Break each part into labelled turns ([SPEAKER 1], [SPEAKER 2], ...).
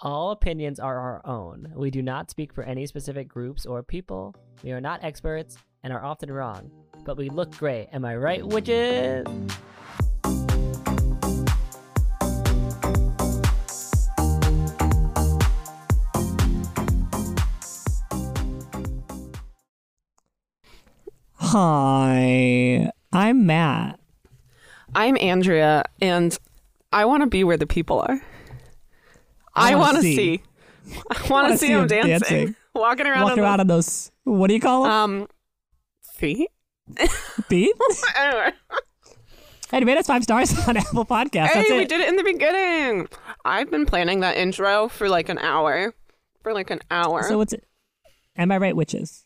[SPEAKER 1] All opinions are our own. We do not speak for any specific groups or people. We are not experts and are often wrong, but we look great. Am I right, witches?
[SPEAKER 2] Hi, I'm Matt.
[SPEAKER 3] I'm Andrea, and I want to be where the people are. I,
[SPEAKER 2] wanna
[SPEAKER 3] want to
[SPEAKER 2] see.
[SPEAKER 3] see. I want
[SPEAKER 2] wanna
[SPEAKER 3] to see
[SPEAKER 2] see
[SPEAKER 3] them
[SPEAKER 2] 'em
[SPEAKER 3] dancing,
[SPEAKER 2] dancing.
[SPEAKER 3] walking around
[SPEAKER 2] Walking
[SPEAKER 3] on
[SPEAKER 2] around on those, what do you call
[SPEAKER 3] those,
[SPEAKER 2] them?
[SPEAKER 3] um feet. Uh,
[SPEAKER 2] Beat?
[SPEAKER 3] Anyway.
[SPEAKER 2] Hey, you made us five stars on Apple Podcasts. That's
[SPEAKER 3] hey, we
[SPEAKER 2] it.
[SPEAKER 3] did it in the beginning. I've been planning that intro for like an hour, for like an hour.
[SPEAKER 2] So what's it? Am I right, witches?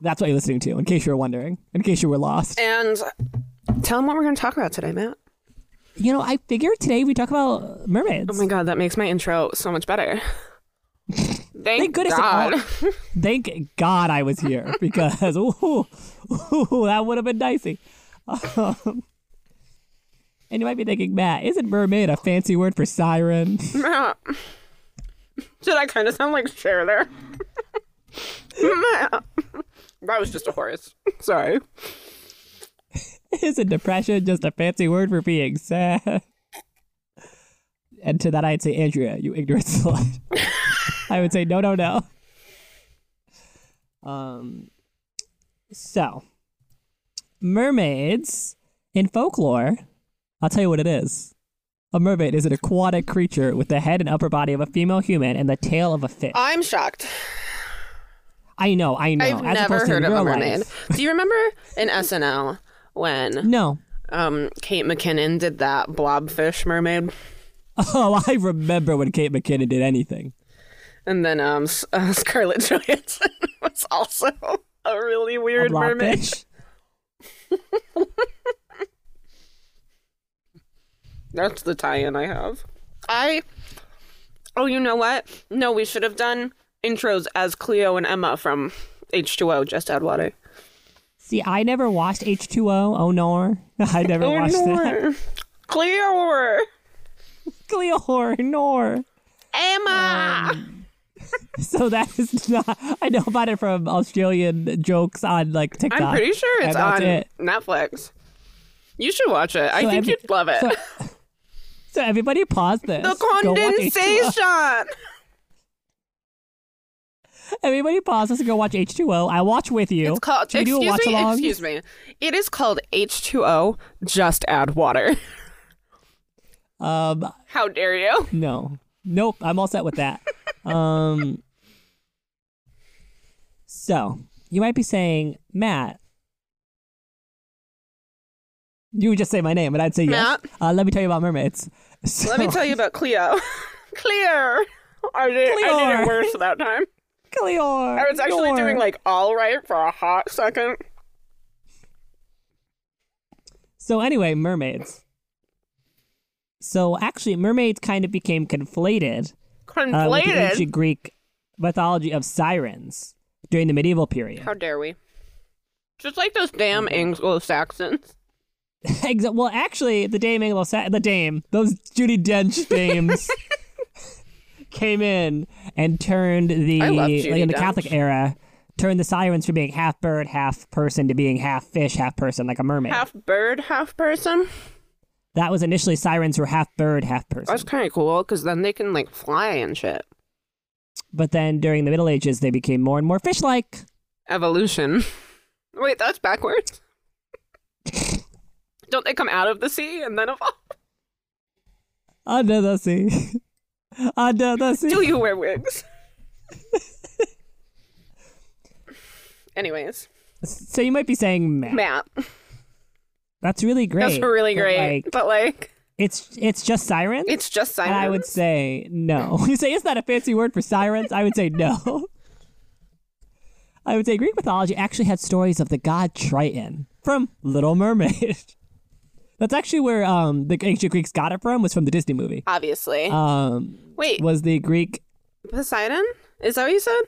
[SPEAKER 2] That's what you're listening to, in case you were wondering, in case you were lost.
[SPEAKER 3] and tell them what we're going to talk about today, Matt.
[SPEAKER 2] You know, I figured today we talk about mermaids.
[SPEAKER 3] Oh my god, that makes my intro so much better. Thank,
[SPEAKER 2] Thank goodness it
[SPEAKER 3] God.
[SPEAKER 2] Thank God I was here because ooh, ooh, that would have been dicey. Um, and you might be thinking, Matt, isn't mermaid a fancy word for siren?
[SPEAKER 3] Matt. Did I kind of sound like Cher there? Matt. That was just a horse. Sorry.
[SPEAKER 2] isn't depression just a fancy word for being sad? And to that, I'd say, Andrea, you ignorant slut. I would say, no, no, no. Um, so, mermaids in folklore, I'll tell you what it is. A mermaid is an aquatic creature with the head and upper body of a female human and the tail of a fish.
[SPEAKER 3] I'm shocked.
[SPEAKER 2] I know, I know.
[SPEAKER 3] I've
[SPEAKER 2] as
[SPEAKER 3] never
[SPEAKER 2] opposed to
[SPEAKER 3] heard
[SPEAKER 2] in
[SPEAKER 3] of a
[SPEAKER 2] real
[SPEAKER 3] mermaid.
[SPEAKER 2] life.
[SPEAKER 3] Do you remember in SNL when
[SPEAKER 2] No.
[SPEAKER 3] um, Kate McKinnon did that blobfish mermaid?
[SPEAKER 2] Oh, I remember when Kate McKinnon did anything.
[SPEAKER 3] And then um, S- uh, Scarlett Johansson was also a really
[SPEAKER 2] A
[SPEAKER 3] weird mermaid.
[SPEAKER 2] blobfish?
[SPEAKER 3] That's the tie-in I have. I Oh, you know what? No, we should have done intros as Cleo and Emma from H2O just add water.
[SPEAKER 2] See, I never watched H2O. Oh, no. I never
[SPEAKER 3] Oh,
[SPEAKER 2] watched that.
[SPEAKER 3] Cleo or
[SPEAKER 2] Gleor, nor.
[SPEAKER 3] Emma.
[SPEAKER 2] Um, So that is not. I know about it from Australian jokes on like TikTok.
[SPEAKER 3] I'm pretty sure
[SPEAKER 2] And
[SPEAKER 3] it's
[SPEAKER 2] that's
[SPEAKER 3] on
[SPEAKER 2] it.
[SPEAKER 3] Netflix. You should watch it. I
[SPEAKER 2] So
[SPEAKER 3] think
[SPEAKER 2] every-
[SPEAKER 3] you'd love it.
[SPEAKER 2] So, so everybody pause this.
[SPEAKER 3] the
[SPEAKER 2] Go watch H2O.
[SPEAKER 3] condensation.
[SPEAKER 2] Everybody pause this and go watch H2O. I watch with you.
[SPEAKER 3] It's called.
[SPEAKER 2] Should we do a
[SPEAKER 3] excuse
[SPEAKER 2] watch
[SPEAKER 3] me.
[SPEAKER 2] along?
[SPEAKER 3] Excuse me. It is called H2O. Just add water.
[SPEAKER 2] Um,
[SPEAKER 3] How dare you?
[SPEAKER 2] No. Nope. I'm all set with that. um. So you might be saying, Matt. You would just say my name, and I'd say
[SPEAKER 3] Matt?
[SPEAKER 2] yes. Uh, let me tell you about mermaids. So,
[SPEAKER 3] Let me tell you about Cleo. Clear. I did, I did
[SPEAKER 2] Clear.
[SPEAKER 3] it worse that time.
[SPEAKER 2] Cleor,
[SPEAKER 3] I was actually
[SPEAKER 2] Cleor.
[SPEAKER 3] doing like all right for a hot second.
[SPEAKER 2] So anyway, mermaids. So actually, mermaids kind of became conflated uh, with the
[SPEAKER 3] Conflated.
[SPEAKER 2] ancient Greek mythology of sirens during the medieval period.
[SPEAKER 3] How dare we? Just like those damn Anglo Saxons.
[SPEAKER 2] Exa- well, actually, the Dame Anglo the Dame, those Judy Dench dames came in and turned the
[SPEAKER 3] I love
[SPEAKER 2] like
[SPEAKER 3] Judi
[SPEAKER 2] in the
[SPEAKER 3] Dench.
[SPEAKER 2] Catholic era, turned the sirens from being half bird, half person to being half fish, half person, like a mermaid.
[SPEAKER 3] Half bird, half person.
[SPEAKER 2] that was initially sirens were half bird, half person.
[SPEAKER 3] That's kind of cool because then they can like fly and shit.
[SPEAKER 2] But then during the Middle Ages, they became more and more fish-like.
[SPEAKER 3] Evolution. Wait, that's backwards. Don't they come out of the sea and then evolve?
[SPEAKER 2] Under the sea, under the sea.
[SPEAKER 3] Do you wear wigs? Anyways,
[SPEAKER 2] so you might be saying, Matt,
[SPEAKER 3] Matt,
[SPEAKER 2] that's really great.
[SPEAKER 3] that's really
[SPEAKER 2] but,
[SPEAKER 3] great,
[SPEAKER 2] like,
[SPEAKER 3] but like,
[SPEAKER 2] it's it's just sirens.
[SPEAKER 3] it's just sirens.
[SPEAKER 2] And I would say no. You say, is that a fancy word for sirens? I would say no. I would say Greek mythology actually had stories of the god Triton from Little Mermaid. That's actually where um, the ancient Greeks got it from, was from the Disney movie.
[SPEAKER 3] obviously.
[SPEAKER 2] Um,
[SPEAKER 3] Wait,
[SPEAKER 2] was the Greek
[SPEAKER 3] Poseidon? Is that what you said?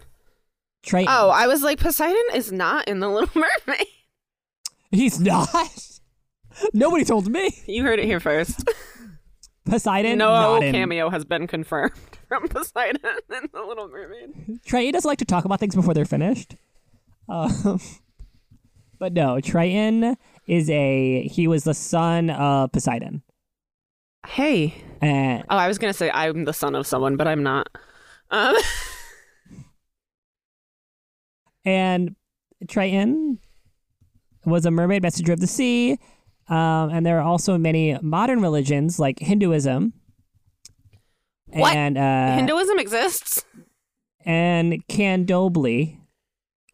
[SPEAKER 2] Triton.
[SPEAKER 3] Oh, I was like, Poseidon is not in the Little Mermaid.
[SPEAKER 2] He's not. Nobody told me.
[SPEAKER 3] You heard it here first.
[SPEAKER 2] Poseidon,
[SPEAKER 3] No
[SPEAKER 2] not in.
[SPEAKER 3] cameo has been confirmed from Poseidon in The Little Mermaid.
[SPEAKER 2] Triton doesn't like to talk about things before they're finished. Um, but no, Triton is a he was the son of Poseidon,
[SPEAKER 3] Hey.
[SPEAKER 2] and
[SPEAKER 3] Oh, I was gonna say I'm the son of someone, but I'm not. Um,
[SPEAKER 2] and Triton was a mermaid messenger of the sea. Um, and there are also many modern religions like Hinduism.
[SPEAKER 3] What?
[SPEAKER 2] And uh,
[SPEAKER 3] Hinduism exists.
[SPEAKER 2] and Candomblé,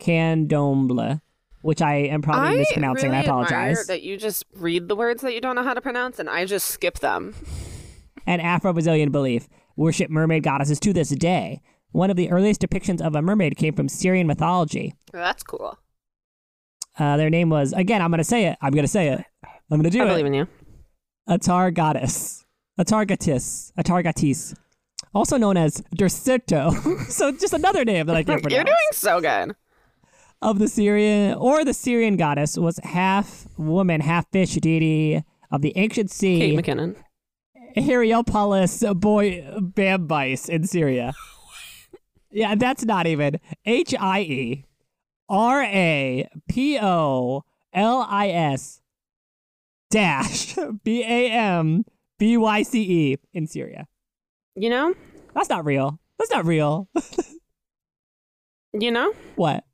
[SPEAKER 2] Candomblé, which I am probably mispronouncing.
[SPEAKER 3] really
[SPEAKER 2] I
[SPEAKER 3] admire
[SPEAKER 2] apologize.
[SPEAKER 3] that you just read the words that you don't know how to pronounce, and I just skip them.
[SPEAKER 2] and Afro-Brazilian belief worship mermaid goddesses to this day. One of the earliest depictions of a mermaid came from Syrian mythology.
[SPEAKER 3] That's cool.
[SPEAKER 2] Uh, their name was again. I'm gonna say it. I'm gonna say it. I'm gonna do
[SPEAKER 3] I
[SPEAKER 2] it.
[SPEAKER 3] believe in you.
[SPEAKER 2] Atar goddess. Atargatis. Atargatis. Also known as Dercito. so just another name that I can't pronounce.
[SPEAKER 3] You're doing so good.
[SPEAKER 2] of the Syrian or the Syrian goddess was half woman, half fish deity of the ancient
[SPEAKER 3] Kate
[SPEAKER 2] sea,
[SPEAKER 3] McKinnon.
[SPEAKER 2] Heliopolis boy Bambyce in Syria. yeah, that's not even H I E R A P O L I S dash B A M B Y C E in Syria.
[SPEAKER 3] You know.
[SPEAKER 2] That's not real. That's not real.
[SPEAKER 3] You know.
[SPEAKER 2] what?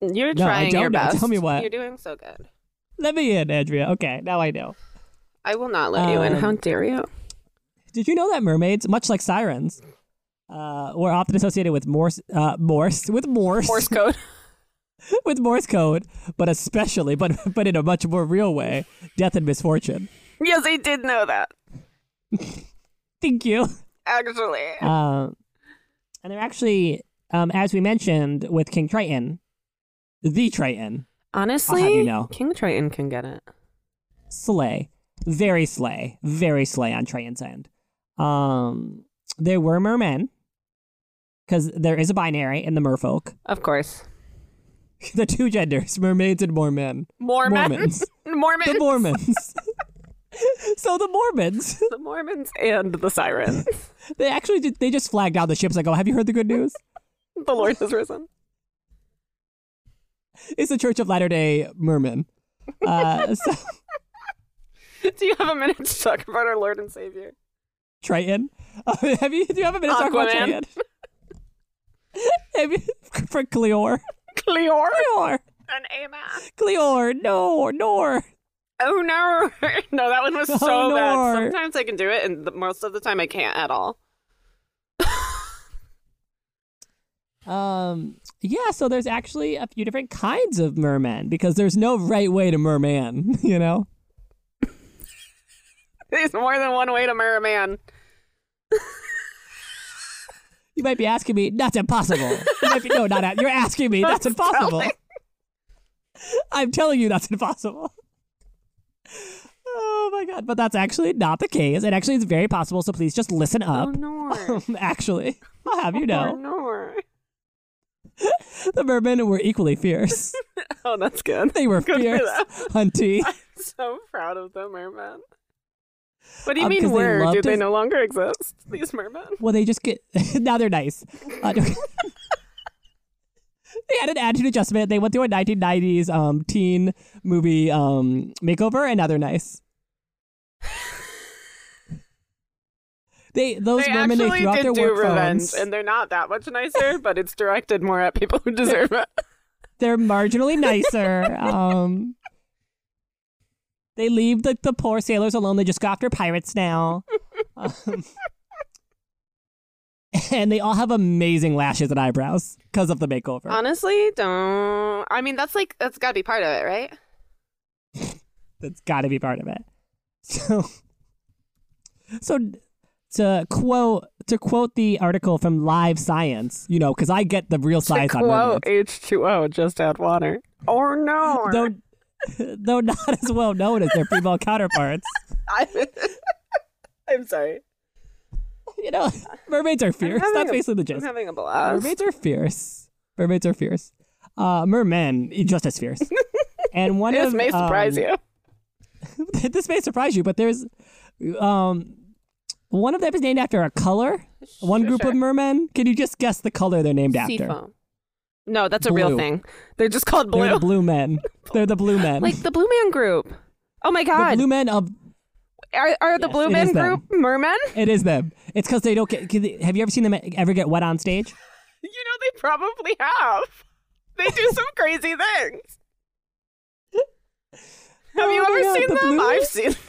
[SPEAKER 3] You're
[SPEAKER 2] No, I
[SPEAKER 3] trying
[SPEAKER 2] don't
[SPEAKER 3] your
[SPEAKER 2] know.
[SPEAKER 3] best.
[SPEAKER 2] Tell me what.
[SPEAKER 3] You're doing so good.
[SPEAKER 2] Let me in, Andrea. Okay, now I know.
[SPEAKER 3] I will not let you in.
[SPEAKER 2] Um,
[SPEAKER 3] How dare you?
[SPEAKER 2] Did you know that mermaids, much like sirens, uh, were often associated with Morse, uh, Morse, with Morse,
[SPEAKER 3] Morse code.
[SPEAKER 2] with Morse code, but especially, but but in a much more real way, death and misfortune.
[SPEAKER 3] yes, I did know that.
[SPEAKER 2] Thank you.
[SPEAKER 3] Actually.
[SPEAKER 2] Uh, and they're actually, um, as we mentioned with King Triton, the Triton,
[SPEAKER 3] Honestly,
[SPEAKER 2] you know.
[SPEAKER 3] King Triton can get it.
[SPEAKER 2] slay, very slay, very slay on Triton's end. Um, there were mermen, because there is a binary in the merfolk.
[SPEAKER 3] Of course.
[SPEAKER 2] the two genders, mermaids and Mormon.
[SPEAKER 3] Mormons. Mormons.
[SPEAKER 2] The Mormons. so the Mormons,
[SPEAKER 3] the Mormons and the sirens.
[SPEAKER 2] they actually did, they just flagged out the ships like, oh, have you heard the good news?
[SPEAKER 3] the Lord has risen.
[SPEAKER 2] It's the Church of Latter Day Mermen. Uh, so,
[SPEAKER 3] Do you have a minute to talk about our Lord and Savior?
[SPEAKER 2] Triton, uh, have you? Do you have a minute to talk about
[SPEAKER 3] Aquaman.
[SPEAKER 2] Triton? have you, for Cleor,
[SPEAKER 3] Cleor
[SPEAKER 2] Cleor,
[SPEAKER 3] and Ama.
[SPEAKER 2] Cleor, no, nor.
[SPEAKER 3] Oh no. no, that one was so
[SPEAKER 2] Oh,
[SPEAKER 3] bad.
[SPEAKER 2] no.
[SPEAKER 3] Sometimes I can do it, and the, most of the time I can't at all.
[SPEAKER 2] Um, yeah. So there's actually a few different kinds of merman because there's no right way to merman. You know.
[SPEAKER 3] There's more than one way to marry a man.
[SPEAKER 2] You might be asking me, that's impossible. You might be, no, not that. You're asking me, that's impossible. I'm telling you, that's impossible. Oh my god! But that's actually not the case. It actually is very possible. So please just listen
[SPEAKER 3] Oh
[SPEAKER 2] up.
[SPEAKER 3] no.
[SPEAKER 2] actually, I'll have you
[SPEAKER 3] Oh
[SPEAKER 2] know
[SPEAKER 3] no.
[SPEAKER 2] the mermen were equally fierce.
[SPEAKER 3] Oh, that's good.
[SPEAKER 2] They were
[SPEAKER 3] Good for
[SPEAKER 2] fierce,
[SPEAKER 3] them.
[SPEAKER 2] hunty.
[SPEAKER 3] I'm so proud of the merman. What do you
[SPEAKER 2] Um,
[SPEAKER 3] mean
[SPEAKER 2] 'cause they
[SPEAKER 3] were? Do
[SPEAKER 2] loved
[SPEAKER 3] they
[SPEAKER 2] us-
[SPEAKER 3] no longer exist? These mermen?
[SPEAKER 2] Well, they just get now they're nice. Uh, no- they had an attitude adjustment. They went through a 1990s um, teen movie um, makeover, and now they're nice. They those
[SPEAKER 3] they
[SPEAKER 2] women they
[SPEAKER 3] actually
[SPEAKER 2] threw out their
[SPEAKER 3] did do
[SPEAKER 2] work
[SPEAKER 3] revenge,
[SPEAKER 2] phones.
[SPEAKER 3] and they're not that much nicer, but it's directed more at people who deserve it.
[SPEAKER 2] they're marginally nicer. um, they leave the, the poor sailors alone. They just go after pirates now. Um, and they all have amazing lashes and eyebrows because of the makeover.
[SPEAKER 3] Honestly, don't. I mean, that's like that's got to be part of it, right?
[SPEAKER 2] That's got to be part of it. So, so to quote to quote the article from Live Science, you know, because I get the real science on mermaids.
[SPEAKER 3] Quote H two O, just add water. Or no,
[SPEAKER 2] Though, though not as well known as their female counterparts.
[SPEAKER 3] I, I'm sorry.
[SPEAKER 2] you know, mermaids are fierce.
[SPEAKER 3] having
[SPEAKER 2] That's
[SPEAKER 3] a-
[SPEAKER 2] basically the
[SPEAKER 3] I'm
[SPEAKER 2] gist.
[SPEAKER 3] having a blast.
[SPEAKER 2] Mermaids are fierce. Mermaids are fierce. Uh, mermen eh, just as fierce. and one
[SPEAKER 3] This
[SPEAKER 2] of um,
[SPEAKER 3] may surprise you.
[SPEAKER 2] you. this may surprise you, but there's um, One of them is named after a color. One
[SPEAKER 3] Sure,
[SPEAKER 2] group
[SPEAKER 3] sure.
[SPEAKER 2] of mermen. Can you just guess the color they're named after?
[SPEAKER 3] Seafoam. No, that's a real
[SPEAKER 2] Blue.
[SPEAKER 3] thing. They're just called
[SPEAKER 2] They're the
[SPEAKER 3] blue.
[SPEAKER 2] blue men. They're the blue men.
[SPEAKER 3] like the Blue Man Group. Oh my
[SPEAKER 2] the
[SPEAKER 3] God.
[SPEAKER 2] blue men of
[SPEAKER 3] are, are the Blue
[SPEAKER 2] it
[SPEAKER 3] Man
[SPEAKER 2] is them.
[SPEAKER 3] Group mermen?
[SPEAKER 2] it is them. It's because they don't get. 'cause they- Have you ever seen them ever get wet on stage?
[SPEAKER 3] You know, they probably have. They do some crazy things. Have you
[SPEAKER 2] Oh my
[SPEAKER 3] ever
[SPEAKER 2] God,
[SPEAKER 3] seen
[SPEAKER 2] the
[SPEAKER 3] them?
[SPEAKER 2] blue-
[SPEAKER 3] I've seen them.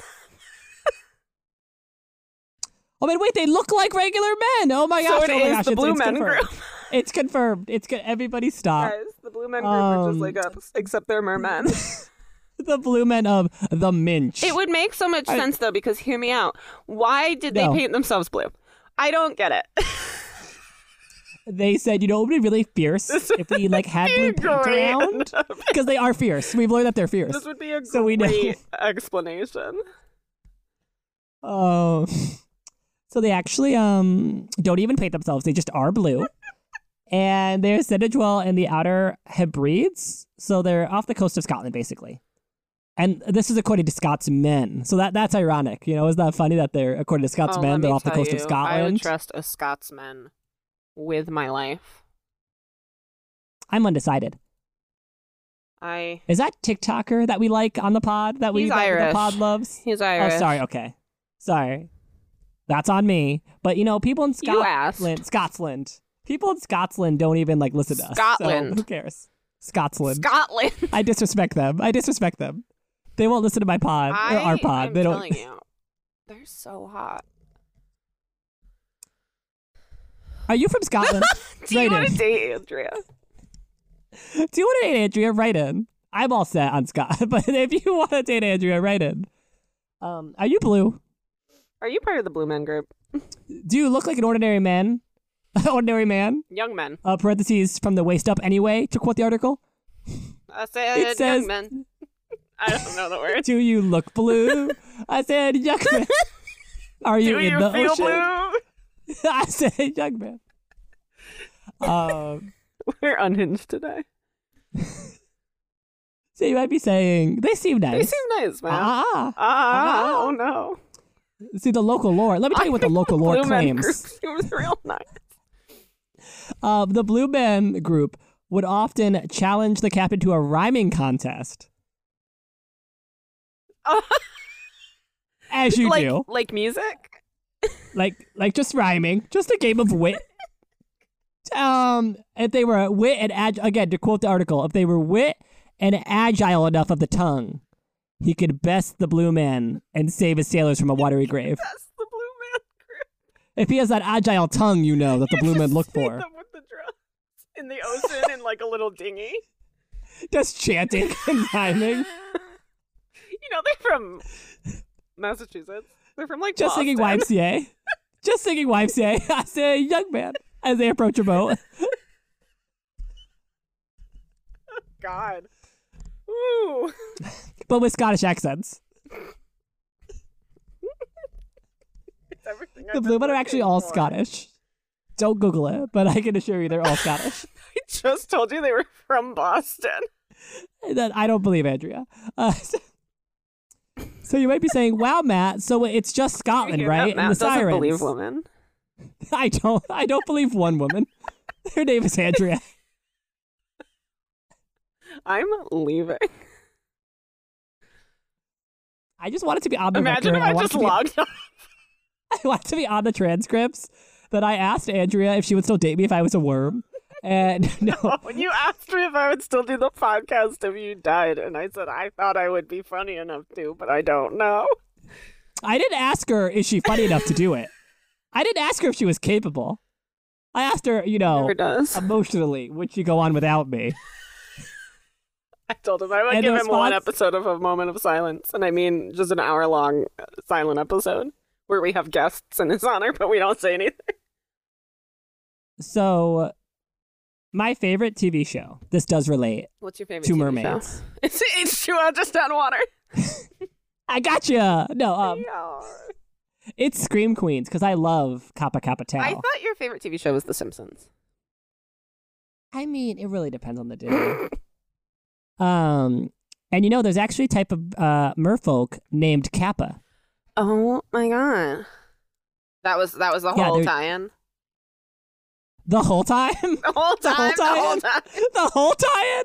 [SPEAKER 2] Oh man, wait, they look like regular men. Oh my
[SPEAKER 3] So
[SPEAKER 2] gosh!
[SPEAKER 3] it
[SPEAKER 2] oh my
[SPEAKER 3] is
[SPEAKER 2] gosh,
[SPEAKER 3] the
[SPEAKER 2] it's,
[SPEAKER 3] blue
[SPEAKER 2] it's
[SPEAKER 3] men
[SPEAKER 2] confirmed.
[SPEAKER 3] group.
[SPEAKER 2] It's confirmed. It's good. Everybody stop.
[SPEAKER 3] Guys, the Blue Men Group are
[SPEAKER 2] Uh, Um,
[SPEAKER 3] just like us, except they're mermen.
[SPEAKER 2] The blue men of the Minch.
[SPEAKER 3] It would make so much sense though, because hear me out. Why did
[SPEAKER 2] No.
[SPEAKER 3] they paint themselves blue? I don't get it.
[SPEAKER 2] they said, you know, it would be really fierce if we like had blue paint
[SPEAKER 3] great.
[SPEAKER 2] around because they are fierce. We've learned that they're fierce.
[SPEAKER 3] this would be a
[SPEAKER 2] So we know.
[SPEAKER 3] great explanation.
[SPEAKER 2] Oh. So they actually um don't even paint themselves. They just are blue. and they're said to dwell in the outer Hebrides. So they're off the coast of Scotland basically. And this is according to Scotsmen. So that that's ironic. You know, isn't that funny that they're according to
[SPEAKER 3] Oh,
[SPEAKER 2] Scotsmen,
[SPEAKER 3] let
[SPEAKER 2] they're
[SPEAKER 3] me
[SPEAKER 2] off the
[SPEAKER 3] tell
[SPEAKER 2] coast of
[SPEAKER 3] you,
[SPEAKER 2] Scotland.
[SPEAKER 3] I would trust a Scotsman with my life.
[SPEAKER 2] I'm undecided.
[SPEAKER 3] I.
[SPEAKER 2] Is that TikToker that we like on the pod that we
[SPEAKER 3] He's
[SPEAKER 2] that
[SPEAKER 3] Irish.
[SPEAKER 2] the pod loves?
[SPEAKER 3] He's Irish.
[SPEAKER 2] Oh sorry, okay. Sorry. That's on me. But you know, people in
[SPEAKER 3] You
[SPEAKER 2] Scotland
[SPEAKER 3] asked.
[SPEAKER 2] Scotland. Scotland. People in Scotland don't even like listen to us. so
[SPEAKER 3] Scotland.
[SPEAKER 2] who cares? Scotland.
[SPEAKER 3] Scotland.
[SPEAKER 2] I disrespect them. I disrespect them. They won't listen to my pod or our pod.
[SPEAKER 3] I'm
[SPEAKER 2] they
[SPEAKER 3] telling
[SPEAKER 2] don't.
[SPEAKER 3] you, they're so hot.
[SPEAKER 2] Are you from Scotland?
[SPEAKER 3] Do you
[SPEAKER 2] Right
[SPEAKER 3] want
[SPEAKER 2] in.
[SPEAKER 3] to date Andrea?
[SPEAKER 2] Do you want to date Andrea? Write in. I'm all set on Scott, but if you want to date Andrea, write in. Um, are you blue?
[SPEAKER 3] Are you part of the Blue Men Group?
[SPEAKER 2] Do you look like an ordinary man? ordinary man.
[SPEAKER 3] Young men.
[SPEAKER 2] Uh, parentheses from the waist up. Anyway, to quote the article,
[SPEAKER 3] I said
[SPEAKER 2] It says-
[SPEAKER 3] young men. I don't know the word.
[SPEAKER 2] do you look blue? I said, yuck. man. Are you
[SPEAKER 3] Do
[SPEAKER 2] in
[SPEAKER 3] you
[SPEAKER 2] the
[SPEAKER 3] feel
[SPEAKER 2] ocean?
[SPEAKER 3] blue?
[SPEAKER 2] I said, young man. Um,
[SPEAKER 3] We're unhinged today.
[SPEAKER 2] so you might be saying they seem nice.
[SPEAKER 3] They seem nice, Uh, man.
[SPEAKER 2] ah,
[SPEAKER 3] Ah,
[SPEAKER 2] Ah.
[SPEAKER 3] oh no.
[SPEAKER 2] see the local lore. Let me tell you what the local lore
[SPEAKER 3] Blue Men Group
[SPEAKER 2] claims.
[SPEAKER 3] seems real nice.
[SPEAKER 2] Uh, the Blue Man Group would often challenge the captain to a rhyming contest,
[SPEAKER 3] Oh,
[SPEAKER 2] as you
[SPEAKER 3] like,
[SPEAKER 2] do,
[SPEAKER 3] like music?
[SPEAKER 2] like like just rhyming, just a game of wit. um, if they were wit and ag- again to quote the article, if they were wit and agile enough of the tongue, he could best the Blue Man and save his sailors from a watery grave.
[SPEAKER 3] That's the Blue Man Group.
[SPEAKER 2] If he has that agile tongue, you know that the blue men
[SPEAKER 3] Just
[SPEAKER 2] look
[SPEAKER 3] see
[SPEAKER 2] for.
[SPEAKER 3] Them with the drums in the ocean in like a little dinghy.
[SPEAKER 2] Just chanting and rhyming,
[SPEAKER 3] You know, they're from Massachusetts. They're from like
[SPEAKER 2] just singing
[SPEAKER 3] Boston.
[SPEAKER 2] YMCA, just singing YMCA. I say, young man, as they approach a boat.
[SPEAKER 3] God. Ooh.
[SPEAKER 2] but with Scottish accents.
[SPEAKER 3] It's everything
[SPEAKER 2] The
[SPEAKER 3] I've
[SPEAKER 2] blue
[SPEAKER 3] been
[SPEAKER 2] men are actually
[SPEAKER 3] looking
[SPEAKER 2] all
[SPEAKER 3] for.
[SPEAKER 2] Scottish. Don't Google it, but I can assure you they're all Scottish.
[SPEAKER 3] I just told you they were from Boston.
[SPEAKER 2] that I don't believe, Andrea. Uh, so, so you might be saying, "Wow, Matt, so it's just Scotland,
[SPEAKER 3] You hear that?
[SPEAKER 2] right?"
[SPEAKER 3] Matt
[SPEAKER 2] and the
[SPEAKER 3] doesn't
[SPEAKER 2] sirens.
[SPEAKER 3] believe women.
[SPEAKER 2] I don't. I don't believe one woman. Her name is Andrea.
[SPEAKER 3] I'm leaving.
[SPEAKER 2] I just want it to be on the
[SPEAKER 3] Imagine
[SPEAKER 2] record.
[SPEAKER 3] if
[SPEAKER 2] I
[SPEAKER 3] I,
[SPEAKER 2] want it
[SPEAKER 3] just
[SPEAKER 2] to be-
[SPEAKER 3] logged on.
[SPEAKER 2] I want it to be on the transcripts that I asked Andrea if she would still date me if I was a worm. And no,
[SPEAKER 3] When you asked me if I would still do the podcast if you died, and I said I thought I would be funny enough to, but I don't know.
[SPEAKER 2] I didn't ask her is she funny enough to do it. I didn't ask her if she was capable. I asked her, you know,
[SPEAKER 3] Never
[SPEAKER 2] Um,
[SPEAKER 3] does.
[SPEAKER 2] emotionally, would she go on without me?
[SPEAKER 3] I told him I would
[SPEAKER 2] and
[SPEAKER 3] give
[SPEAKER 2] the
[SPEAKER 3] him one
[SPEAKER 2] response-
[SPEAKER 3] episode of a moment of silence, and I mean just an hour long silent episode where we have guests in his honor, but we don't say anything.
[SPEAKER 2] So, my favorite TV show. This does relate
[SPEAKER 3] What's your favorite?
[SPEAKER 2] to
[SPEAKER 3] TV show?
[SPEAKER 2] mermaids.
[SPEAKER 3] It's H2O just on water.
[SPEAKER 2] I gotcha. No, um,
[SPEAKER 3] Yeah.
[SPEAKER 2] it's Scream Queens because I love Kappa Kappa Tau.
[SPEAKER 3] I thought your favorite TV show was The Simpsons.
[SPEAKER 2] I mean, it really depends on the day. um, and you know, there's actually a type of uh, merfolk named Kappa.
[SPEAKER 3] Oh my god. That was that was the
[SPEAKER 2] Yeah,
[SPEAKER 3] whole
[SPEAKER 2] they're-
[SPEAKER 3] tie-in.
[SPEAKER 2] The whole time?
[SPEAKER 3] The whole
[SPEAKER 2] The
[SPEAKER 3] time.
[SPEAKER 2] whole
[SPEAKER 3] The whole
[SPEAKER 2] tie-in?
[SPEAKER 3] time.
[SPEAKER 2] the whole tie-in?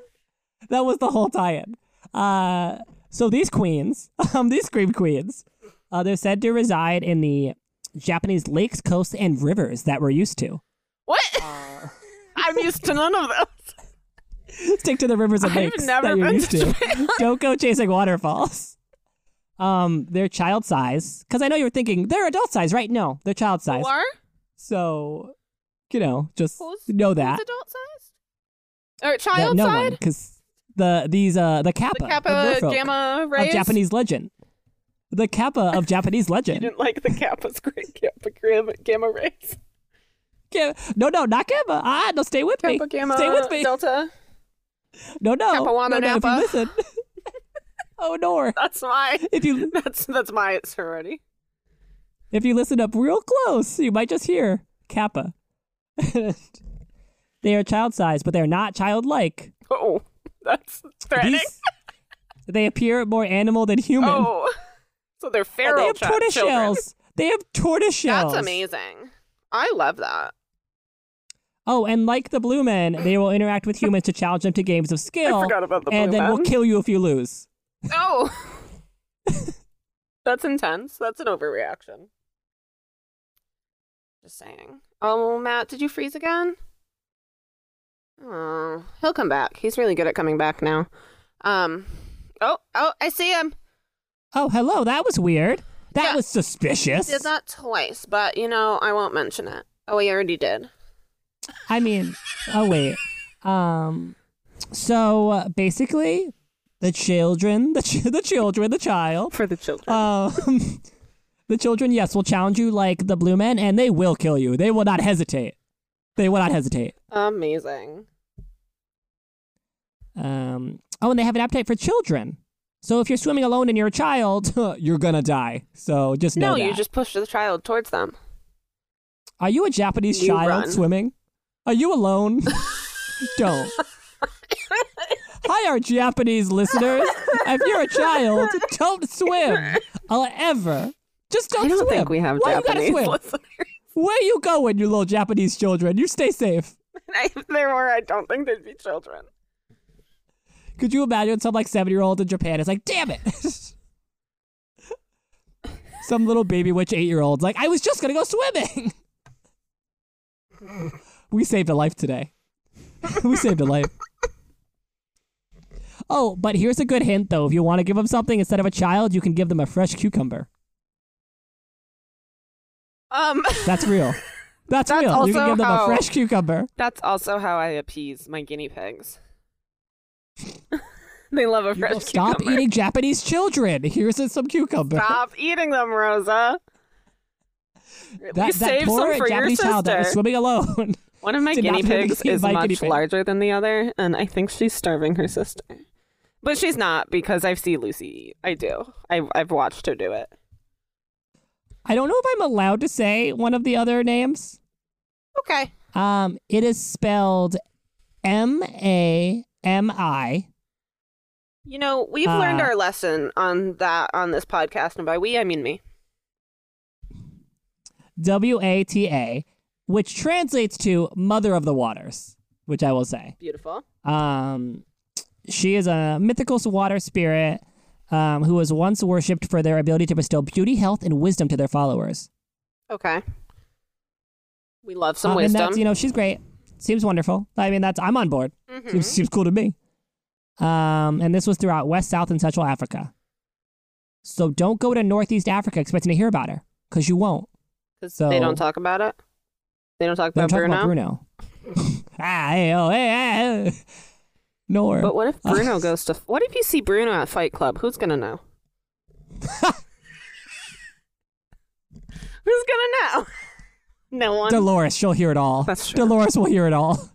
[SPEAKER 2] That was the whole tie-in. Uh, so these queens, um, these scream queens, uh, they're said to reside in the Japanese lakes, coasts, and rivers that we're used to.
[SPEAKER 3] What?
[SPEAKER 2] Uh,
[SPEAKER 3] I'm used to none of those.
[SPEAKER 2] Stick to the rivers and
[SPEAKER 3] I've
[SPEAKER 2] lakes
[SPEAKER 3] never
[SPEAKER 2] that you're
[SPEAKER 3] been
[SPEAKER 2] used
[SPEAKER 3] to
[SPEAKER 2] to. Don't go chasing waterfalls. Um, they're child size. Because I know you were thinking they're adult size, right? No, they're child size.
[SPEAKER 3] Or
[SPEAKER 2] So, you know, just
[SPEAKER 3] Who's-
[SPEAKER 2] know that.
[SPEAKER 3] who's adult sized? Or
[SPEAKER 2] that
[SPEAKER 3] child
[SPEAKER 2] no one,
[SPEAKER 3] side?
[SPEAKER 2] because the these uh the kappa,
[SPEAKER 3] The
[SPEAKER 2] merfolk
[SPEAKER 3] Kappa Gamma
[SPEAKER 2] of
[SPEAKER 3] rays.
[SPEAKER 2] Japanese legend, the kappa of Japanese legend.
[SPEAKER 3] Didn't like the Kappa's great Kappa Gamma, gamma rays.
[SPEAKER 2] Ga- no, no, not kappa. Ah, no, stay with me.
[SPEAKER 3] Kappa Gamma
[SPEAKER 2] stay with me.
[SPEAKER 3] Delta.
[SPEAKER 2] No, no,
[SPEAKER 3] Kappa Wanda
[SPEAKER 2] no, no, if you
[SPEAKER 3] Nappa.
[SPEAKER 2] listen. oh no,
[SPEAKER 3] That's my
[SPEAKER 2] if you
[SPEAKER 3] that's that's my sorority.
[SPEAKER 2] if you listen up real close, you might just hear kappa. they are child sized, but they are not childlike.
[SPEAKER 3] Oh, that's threatening.
[SPEAKER 2] These, they appear more animal than human.
[SPEAKER 3] oh, so they're
[SPEAKER 2] Oh,
[SPEAKER 3] feral
[SPEAKER 2] they have
[SPEAKER 3] chi-
[SPEAKER 2] tortoise
[SPEAKER 3] children.
[SPEAKER 2] shells. They have tortoise shells.
[SPEAKER 3] That's amazing. I love that.
[SPEAKER 2] Oh, and like the blue men, they will interact with humans to challenge them to games of skill.
[SPEAKER 3] I forgot about the
[SPEAKER 2] and
[SPEAKER 3] blue
[SPEAKER 2] then
[SPEAKER 3] man.
[SPEAKER 2] we'll kill you if you lose.
[SPEAKER 3] oh, that's intense. That's an overreaction. Just saying. Oh, Matt, did you freeze again? Oh, he'll come back. He's really good at coming back now. Um. Oh, oh, I see him.
[SPEAKER 2] Oh, hello. That was weird. That
[SPEAKER 3] Yeah.
[SPEAKER 2] was suspicious.
[SPEAKER 3] Did that twice, but you know I won't mention it. Oh, he already did.
[SPEAKER 2] I mean, oh wait. Um, so uh, basically, the children, the ch- the children, the child,
[SPEAKER 3] For the children.
[SPEAKER 2] um, the children, yes, will challenge you like the blue men, and they will kill you. They will not hesitate. They will not hesitate.
[SPEAKER 3] Amazing.
[SPEAKER 2] Um, oh, and they have an appetite for children. So if you're swimming alone and you're a child, you're gonna die. So just know
[SPEAKER 3] No, you
[SPEAKER 2] that.
[SPEAKER 3] just push the child towards them.
[SPEAKER 2] Are you a Japanese
[SPEAKER 3] You
[SPEAKER 2] child
[SPEAKER 3] run.
[SPEAKER 2] swimming? Are you alone? Don't. Hi, our Japanese listeners. If you're a child, don't swim. Uh, ever. Just don't,
[SPEAKER 3] I don't
[SPEAKER 2] swim.
[SPEAKER 3] think we have
[SPEAKER 2] Why
[SPEAKER 3] Japanese
[SPEAKER 2] you gotta swim?
[SPEAKER 3] listeners.
[SPEAKER 2] Where you going, you little Japanese children? You stay safe.
[SPEAKER 3] if there were, I don't think they'd be children.
[SPEAKER 2] Could you imagine some like seven year old in Japan is like, damn it. some little baby witch eight year old's like, I was just gonna go swimming. we saved a life today. we saved a life. Oh, but here's a good hint though. If you want to give them something instead of a child, you can give them a fresh cucumber.
[SPEAKER 3] Um,
[SPEAKER 2] That's real. That's,
[SPEAKER 3] That's
[SPEAKER 2] real. You can
[SPEAKER 3] also
[SPEAKER 2] give them a
[SPEAKER 3] how-
[SPEAKER 2] fresh cucumber.
[SPEAKER 3] that's also how I appease my guinea pigs. they love a fresh
[SPEAKER 2] Stop
[SPEAKER 3] cucumber.
[SPEAKER 2] eating Japanese children. Here's some cucumber.
[SPEAKER 3] Stop eating them, Rosa. At
[SPEAKER 2] That,
[SPEAKER 3] least
[SPEAKER 2] that
[SPEAKER 3] save
[SPEAKER 2] poor
[SPEAKER 3] some for your
[SPEAKER 2] Japanese child that was
[SPEAKER 3] sister.
[SPEAKER 2] swimming alone.
[SPEAKER 3] One of my
[SPEAKER 2] did not
[SPEAKER 3] guinea
[SPEAKER 2] want to be
[SPEAKER 3] pigs
[SPEAKER 2] eaten
[SPEAKER 3] is
[SPEAKER 2] by a guinea
[SPEAKER 3] much
[SPEAKER 2] pig.
[SPEAKER 3] larger than the other, and I think she's starving her sister. But she's not because I've seen Lucy eat. I do. I, I've watched her do it.
[SPEAKER 2] I don't know if I'm allowed to say one of the other names.
[SPEAKER 3] Okay.
[SPEAKER 2] Um, it is spelled M A M I.
[SPEAKER 3] You know, we've learned
[SPEAKER 2] Uh,
[SPEAKER 3] our lesson on that on this podcast, and by we I mean me.
[SPEAKER 2] W A T A, which translates to Mother of the Waters, which I will say.
[SPEAKER 3] Beautiful.
[SPEAKER 2] Um, she is a mythical water spirit um, who was once worshipped for their ability to bestow beauty, health, and wisdom to their followers.
[SPEAKER 3] Okay. We love some
[SPEAKER 2] Um, and
[SPEAKER 3] wisdom.
[SPEAKER 2] that's, you know, she's great. Seems wonderful. I mean, that's I'm on board.
[SPEAKER 3] Mhm.
[SPEAKER 2] Seems, seems cool to me. Um, and this was throughout West, South, and Central Africa. So don't go to Northeast Africa expecting to hear about her, because you won't.
[SPEAKER 3] 'Cause
[SPEAKER 2] so-
[SPEAKER 3] they don't talk about it. They don't talk
[SPEAKER 2] Then
[SPEAKER 3] about
[SPEAKER 2] talk
[SPEAKER 3] Bruno.
[SPEAKER 2] about Bruno. ah, hey, oh, hey, ah, eh. Nor. Uh,
[SPEAKER 3] But what if Bruno goes to? What if you see Bruno at Fight Club? Who's gonna know? Who's gonna know? No one.
[SPEAKER 2] Dolores, she'll hear it all.
[SPEAKER 3] That's true.
[SPEAKER 2] Dolores will hear it all.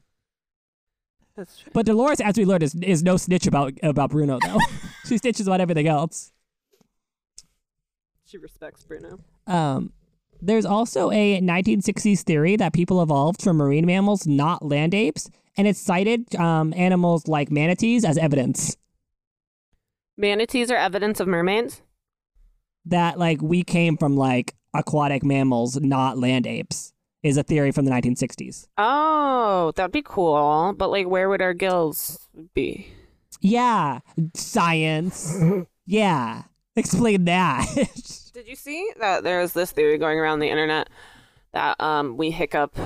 [SPEAKER 3] That's true.
[SPEAKER 2] But Dolores, as we learned, is, is no snitch about about Bruno though. she snitches about everything else.
[SPEAKER 3] She respects Bruno.
[SPEAKER 2] Um, there's also a 1960s theory that people evolved from marine mammals, not land apes, and it's cited um, animals like manatees as evidence.
[SPEAKER 3] Manatees are evidence of mermaids.
[SPEAKER 2] that like we came from like aquatic mammals, not land apes, is a theory from the 1960s.
[SPEAKER 3] Oh, that'd be cool. But like, where would our gills be?
[SPEAKER 2] Yeah, science. yeah, explain that.
[SPEAKER 3] Did you see that there is this theory going around the internet that um we hiccup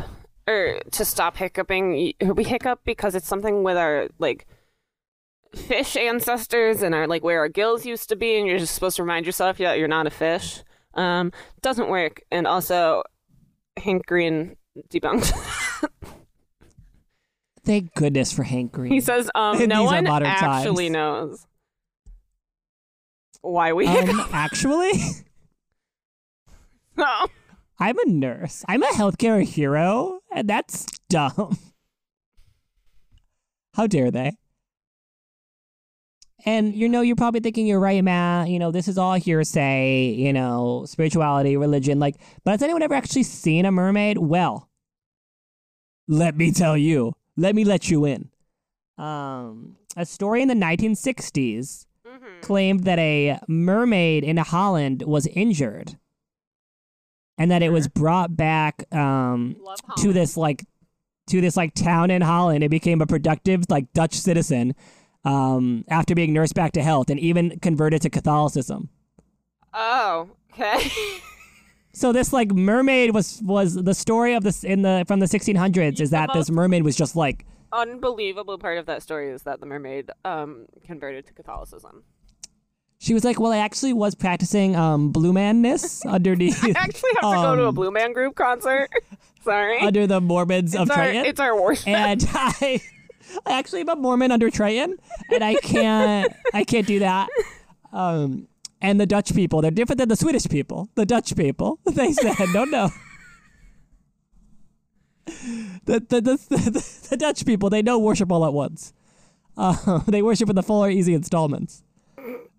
[SPEAKER 3] or to stop hiccuping y- we hiccup because it's something with our like fish ancestors and our like where our gills used to be and you're just supposed to remind yourself that you're not a fish. Um doesn't work and also Hank Green debunked.
[SPEAKER 2] Thank goodness for Hank Green.
[SPEAKER 3] he says um no
[SPEAKER 2] These are
[SPEAKER 3] one
[SPEAKER 2] modern
[SPEAKER 3] actually
[SPEAKER 2] times.
[SPEAKER 3] knows why we hiccup.
[SPEAKER 2] um, actually,
[SPEAKER 3] Oh.
[SPEAKER 2] I'm a nurse. I'm a healthcare hero, and that's dumb. How dare they? And you know, you're probably thinking you're right, man. You know, this is all hearsay. You know, spirituality, religion, like. But has anyone ever actually seen a mermaid? Well, let me tell you. Let me let you in. Um, a story in the 1960s claimed that a mermaid in Holland was injured, and that it was brought back um,
[SPEAKER 3] Love
[SPEAKER 2] to
[SPEAKER 3] Holland.
[SPEAKER 2] this like to this like town in Holland. It became a productive like Dutch citizen um, after being nursed back to health, and even converted to Catholicism.
[SPEAKER 3] Oh, okay.
[SPEAKER 2] So this like mermaid was was the story of this in the from the 1600s is that this mermaid was just like
[SPEAKER 3] Unbelievable part of that story is that the mermaid um, converted to Catholicism.
[SPEAKER 2] she was like well I actually was practicing um blue manness underneath
[SPEAKER 3] I actually have to go to a
[SPEAKER 2] Um,
[SPEAKER 3] Blue Man Group concert. Sorry.
[SPEAKER 2] under the Mormons of
[SPEAKER 3] it's, our,
[SPEAKER 2] Triton
[SPEAKER 3] it's our worship.
[SPEAKER 2] and I, I actually am a Mormon under Triton, and I can't, I can't do that. Um, and the Dutch people, they're different than the Swedish people. The Dutch people, they said, no, no. The, the, the, the, the Dutch people, they don't worship all at once. Uh, they worship in the full or easy installments.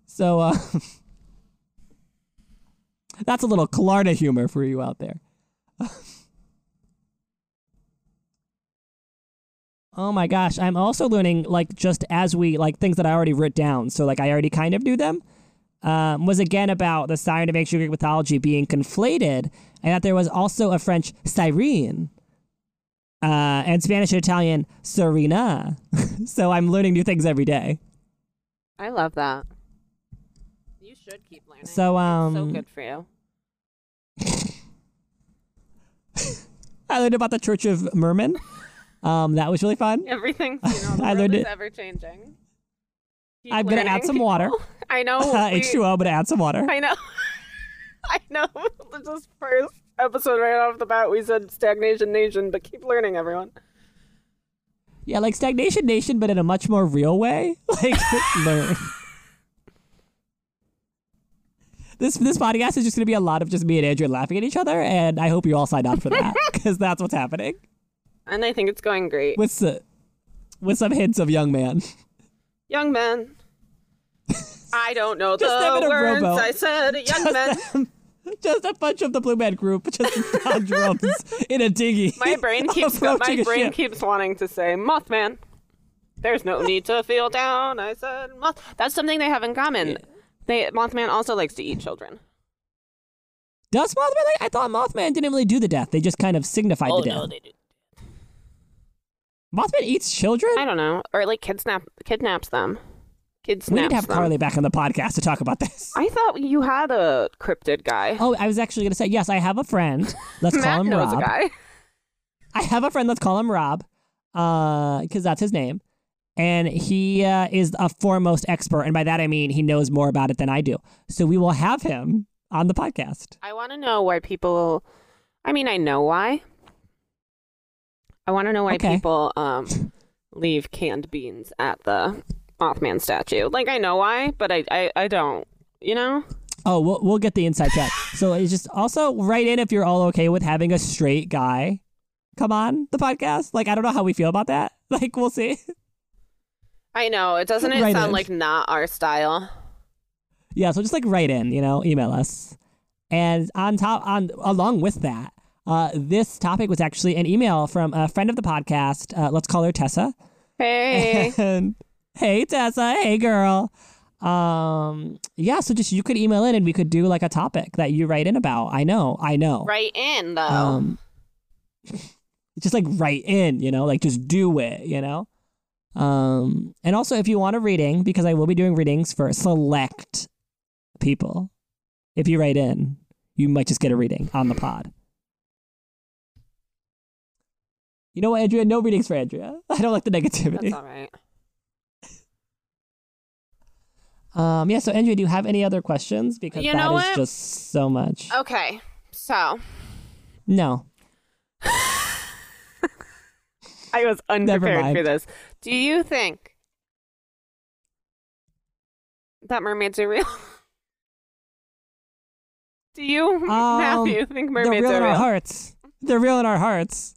[SPEAKER 2] So uh, that's a little Klarna humor for you out there. Oh my gosh, I'm also learning like just as we like things that I already wrote down, so like I already kind of knew them. Um, was again about the siren of ancient Greek mythology being conflated, and that there was also a French sirene, uh, and Spanish and Italian serena. so I'm learning new things every day.
[SPEAKER 3] I love that. You should keep learning.
[SPEAKER 2] So um,
[SPEAKER 3] so good for you.
[SPEAKER 2] I learned about the Church of Merman. um, that was really fun.
[SPEAKER 3] Everything's, you know, the
[SPEAKER 2] I
[SPEAKER 3] world
[SPEAKER 2] learned
[SPEAKER 3] is
[SPEAKER 2] it.
[SPEAKER 3] ever changing. Keep
[SPEAKER 2] I'm gonna add
[SPEAKER 3] learning,
[SPEAKER 2] some water.
[SPEAKER 3] people. I know.
[SPEAKER 2] Uh,
[SPEAKER 3] we-
[SPEAKER 2] H2O, I'm gonna add some water.
[SPEAKER 3] I know. I know. This first episode right off the bat, we said stagnation nation, but keep learning, everyone.
[SPEAKER 2] Yeah, like Stagnation Nation, but in a much more real way. Like, learn. This this podcast is just going to be a lot of just me and Andrew laughing at each other, and I hope you all sign up for that because that's what's happening
[SPEAKER 3] And I think it's going great.
[SPEAKER 2] with s with some hints of young man.
[SPEAKER 3] Young men. I don't know
[SPEAKER 2] Just them in
[SPEAKER 3] the
[SPEAKER 2] a
[SPEAKER 3] words
[SPEAKER 2] rowboat.
[SPEAKER 3] I said. Young men.
[SPEAKER 2] Just a bunch of the Blue Man Group, just on drums in a dinghy.
[SPEAKER 3] My brain keeps go-
[SPEAKER 2] approaching
[SPEAKER 3] my
[SPEAKER 2] a
[SPEAKER 3] brain
[SPEAKER 2] ship.
[SPEAKER 3] keeps wanting to say Mothman. There's no need to feel down. I said Moth. That's something they have in common. They Mothman also likes to eat children.
[SPEAKER 2] Does Mothman? Like, I thought Mothman didn't really do the death; they just kind of signified the death.
[SPEAKER 3] Oh, they do.
[SPEAKER 2] Mothman eats children.
[SPEAKER 3] I don't know, or like kidnap kidnaps them. Kids.
[SPEAKER 2] We need to
[SPEAKER 3] snaps
[SPEAKER 2] have
[SPEAKER 3] them.
[SPEAKER 2] Carly back on the podcast to talk about this.
[SPEAKER 3] I thought you had a cryptid guy.
[SPEAKER 2] Oh, I was actually gonna say yes. I have a friend. Let's
[SPEAKER 3] Matt
[SPEAKER 2] call him
[SPEAKER 3] knows
[SPEAKER 2] Rob.
[SPEAKER 3] a guy.
[SPEAKER 2] I have a friend. Let's call him Rob, because that's his name, and he uh, is a foremost expert. And by that I mean he knows more about it than I do. So we will have him on the podcast.
[SPEAKER 3] I want to know why people. I mean, I know why. I want to know why
[SPEAKER 2] Okay.
[SPEAKER 3] people um, leave canned beans at the Mothman statue. Like, I know why, but I, I, I don't. You know?
[SPEAKER 2] Oh, we'll we'll get the inside track. So it's just also write in if you're all okay with having a straight guy come on the podcast. Like I don't know how we feel about that. Like we'll see.
[SPEAKER 3] I know. It doesn't it
[SPEAKER 2] Right
[SPEAKER 3] sound
[SPEAKER 2] in.
[SPEAKER 3] like not our style.
[SPEAKER 2] Yeah, so just like write in, you know, email us. And on top on along with that, uh, this topic was actually an email from a friend of the podcast. Uh, let's call her Tessa.
[SPEAKER 3] Hey.
[SPEAKER 2] And hey Tessa, hey girl. Um, yeah, so just you could email in and we could do like a topic that you write in about. I know, I know.
[SPEAKER 3] Right in though.
[SPEAKER 2] Um, just like write in, you know, like just do it, you know. Um, and also if you want a reading, because I will be doing readings for select people. If you write in, you might just get a reading on the pod. You know what, Andrea? No readings for Andrea. I don't like the negativity.
[SPEAKER 3] That's all right.
[SPEAKER 2] Um, yeah, so Andrea, do you have any other questions? Because that
[SPEAKER 3] You
[SPEAKER 2] is
[SPEAKER 3] know what? Oh.
[SPEAKER 2] just so much.
[SPEAKER 3] Okay. So
[SPEAKER 2] No.
[SPEAKER 3] I was unprepared
[SPEAKER 2] mind.
[SPEAKER 3] for this. Do you think that mermaids are real? Do you,
[SPEAKER 2] Um,
[SPEAKER 3] Matthew, think mermaids
[SPEAKER 2] They're real
[SPEAKER 3] are
[SPEAKER 2] in our
[SPEAKER 3] real?
[SPEAKER 2] hearts. They're real in our hearts.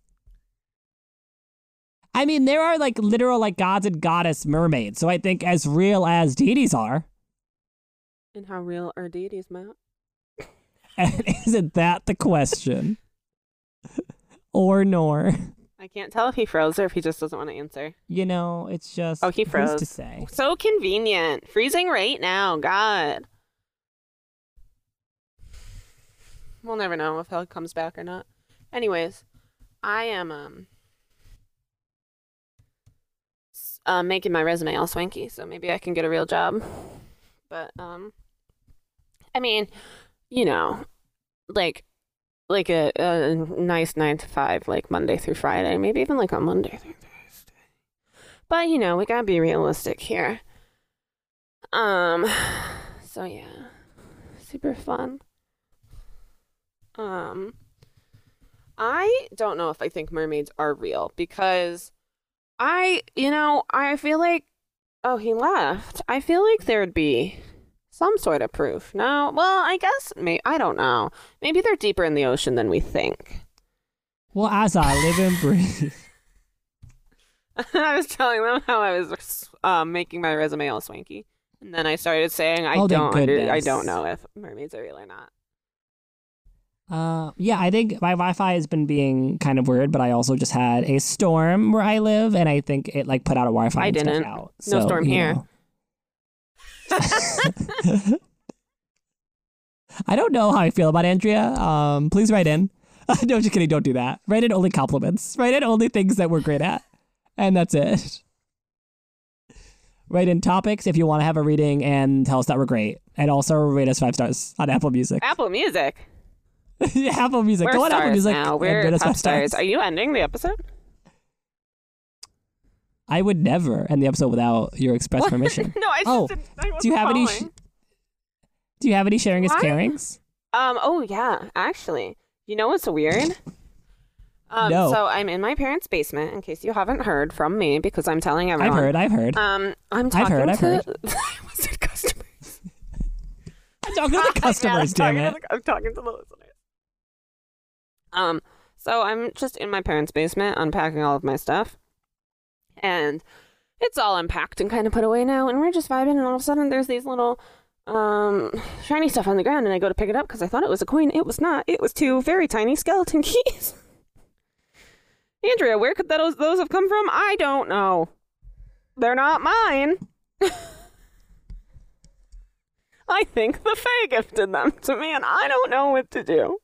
[SPEAKER 2] I mean, there are like literal like gods and goddess mermaids, so I think as real as deities are.
[SPEAKER 3] And how real are deities, Matt?
[SPEAKER 2] And isn't that the question? or nor.
[SPEAKER 3] I can't tell if he froze or if he just doesn't want to answer.
[SPEAKER 2] You know, it's just
[SPEAKER 3] Oh, he
[SPEAKER 2] who's
[SPEAKER 3] froze.
[SPEAKER 2] to say.
[SPEAKER 3] So convenient. Freezing right now. God. We'll never know if hell comes back or not. Anyways, I am um s- uh, making my resume all swanky, so maybe I can get a real job. But um, I mean, you know, like like a, a nice nine to five, like Monday through Friday, maybe even like on Monday through Thursday. But you know, we gotta be realistic here. Um, so yeah, super fun. Um, I don't know if I think mermaids are real because I, you know, I feel like, oh, he left. I feel like there'd be some sort of proof. No, well, I guess may I don't know. Maybe they're deeper in the ocean than we think.
[SPEAKER 2] Well, as I live and breathe.
[SPEAKER 3] I was telling them how I was um, making my resume all swanky, and then I started saying I
[SPEAKER 2] Oh, thank
[SPEAKER 3] don't under- I
[SPEAKER 2] goodness.
[SPEAKER 3] don't know if mermaids are real or not.
[SPEAKER 2] Uh, yeah, I think my Wi-Fi has been being kind of weird, but I also just had a storm where I live, and I think it like put out a Wi-Fi.
[SPEAKER 3] I
[SPEAKER 2] and stuff
[SPEAKER 3] didn't.
[SPEAKER 2] Out.
[SPEAKER 3] No storm
[SPEAKER 2] you
[SPEAKER 3] here.
[SPEAKER 2] know. I don't know how I feel about Andrea. Um, please write in. no, just kidding. Don't do that. Write in only compliments. Write in only things that we're great at, and that's it. Write in topics if you want to have a reading and tell us that we're great, and also rate us five stars on Apple Music.
[SPEAKER 3] Apple Music.
[SPEAKER 2] Apple Music.
[SPEAKER 3] We're
[SPEAKER 2] Go on
[SPEAKER 3] stars
[SPEAKER 2] Apple Music.
[SPEAKER 3] now.
[SPEAKER 2] and
[SPEAKER 3] We're
[SPEAKER 2] rate us
[SPEAKER 3] top
[SPEAKER 2] five
[SPEAKER 3] stars. Are you ending the episode?
[SPEAKER 2] I would never end the episode without your express permission.
[SPEAKER 3] no, I just
[SPEAKER 2] Oh,
[SPEAKER 3] didn't. I wasn't
[SPEAKER 2] do you have any sh-
[SPEAKER 3] following.
[SPEAKER 2] Do you have any sharing is
[SPEAKER 3] Why?
[SPEAKER 2] carings?
[SPEAKER 3] Um. Oh yeah. Actually, you know what's weird? Um,
[SPEAKER 2] No.
[SPEAKER 3] So I'm in my parents' basement. In case you haven't heard from me, because I'm telling everyone.
[SPEAKER 2] I've heard, I've heard.
[SPEAKER 3] Um. I'm
[SPEAKER 2] I've
[SPEAKER 3] talking
[SPEAKER 2] heard, I've
[SPEAKER 3] to.
[SPEAKER 2] heard.
[SPEAKER 3] I was a customer.
[SPEAKER 2] I'm talking to the customers,
[SPEAKER 3] Yeah, I'm
[SPEAKER 2] damn it.
[SPEAKER 3] talking to the- I'm talking to the listeners. Um, so I'm just in my parents' basement unpacking all of my stuff, and it's all unpacked and kind of put away now. And we're just vibing, and all of a sudden there's these little um shiny stuff on the ground, and I go to pick it up because I thought it was a coin. It was not. It was two very tiny skeleton keys. Andrea, where could those those have come from? I don't know. They're not mine. I think the Fae gifted them to me, and I don't know what to do.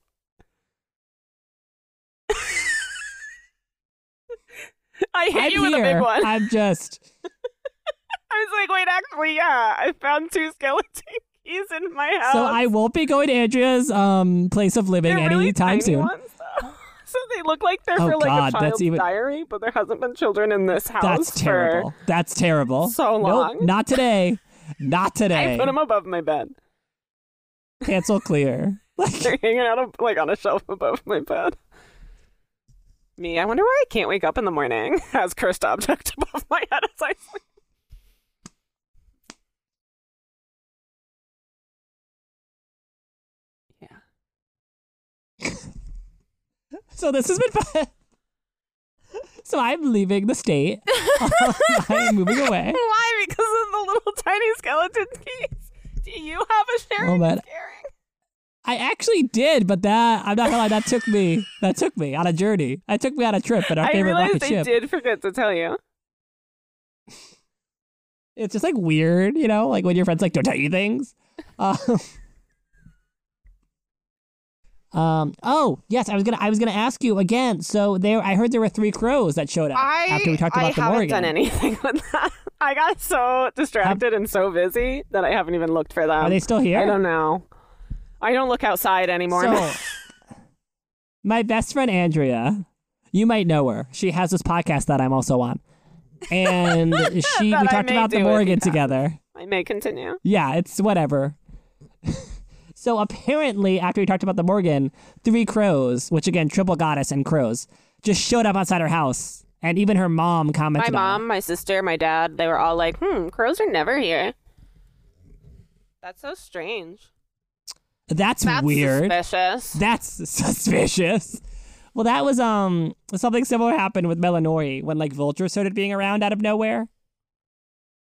[SPEAKER 3] I hit
[SPEAKER 2] I'm
[SPEAKER 3] you with a
[SPEAKER 2] here.
[SPEAKER 3] big one. I
[SPEAKER 2] I'm just.
[SPEAKER 3] was like, wait, actually, yeah, I found two skeleton keys in my house.
[SPEAKER 2] So I won't be going to Andrea's um place of living
[SPEAKER 3] Oh. They're really
[SPEAKER 2] anytime
[SPEAKER 3] tiny
[SPEAKER 2] soon.
[SPEAKER 3] ones, though. so they look like they're
[SPEAKER 2] Oh,
[SPEAKER 3] for like
[SPEAKER 2] God,
[SPEAKER 3] a
[SPEAKER 2] that's
[SPEAKER 3] child's
[SPEAKER 2] even-
[SPEAKER 3] diary, but there hasn't been children in this house.
[SPEAKER 2] That's
[SPEAKER 3] for-
[SPEAKER 2] terrible. That's terrible.
[SPEAKER 3] so
[SPEAKER 2] Nope,
[SPEAKER 3] long.
[SPEAKER 2] not today. Not
[SPEAKER 3] I
[SPEAKER 2] today.
[SPEAKER 3] put them above my bed.
[SPEAKER 2] Cancel clear. Like,
[SPEAKER 3] They're hanging out of, like on a shelf above my bed. Me, I wonder why I can't wake up in the morning. Has cursed object above my head as I sleep. Yeah.
[SPEAKER 2] so this has been. so I'm leaving the state. I'm moving away.
[SPEAKER 3] Why? Because of the little tiny skeleton keys. Do you have a sharing?
[SPEAKER 2] Oh, man.
[SPEAKER 3] scaring?
[SPEAKER 2] I actually did, but that I'm not gonna lie, that took me that took me on a journey. That took me on a trip in our
[SPEAKER 3] I
[SPEAKER 2] favorite
[SPEAKER 3] realized
[SPEAKER 2] rocket
[SPEAKER 3] I
[SPEAKER 2] ship.
[SPEAKER 3] did forget to tell you.
[SPEAKER 2] It's just like weird, you know, like when your friends like don't tell you things. Um, um. Oh yes, I was gonna. I was gonna ask you again. So there, I heard there were three crows that showed up
[SPEAKER 3] I
[SPEAKER 2] after we talked
[SPEAKER 3] I
[SPEAKER 2] about the
[SPEAKER 3] haven't
[SPEAKER 2] Morgan.
[SPEAKER 3] done anything with that. I got so distracted and so busy that I haven't even looked for them.
[SPEAKER 2] Are they still here?
[SPEAKER 3] I don't know. I don't look outside anymore.
[SPEAKER 2] So, my best friend Andrea, you might know her. She has this podcast that I'm also on, and she we
[SPEAKER 3] That I
[SPEAKER 2] talked
[SPEAKER 3] may
[SPEAKER 2] about the
[SPEAKER 3] do if he
[SPEAKER 2] Morgan
[SPEAKER 3] passes.
[SPEAKER 2] together.
[SPEAKER 3] I may continue.
[SPEAKER 2] Yeah, it's whatever. so apparently, after we talked about the Morgan, three crows, which again, triple goddess and crows, just showed up outside her house, and even her mom
[SPEAKER 3] My
[SPEAKER 2] commented. on it.
[SPEAKER 3] mom, my sister, my dad, they were all like, hmm, crows are never here. That's so strange.
[SPEAKER 2] That's,
[SPEAKER 3] That's
[SPEAKER 2] weird.
[SPEAKER 3] suspicious.
[SPEAKER 2] That's suspicious. Well, that was um something similar happened with Melanori when like vultures started being around out of nowhere,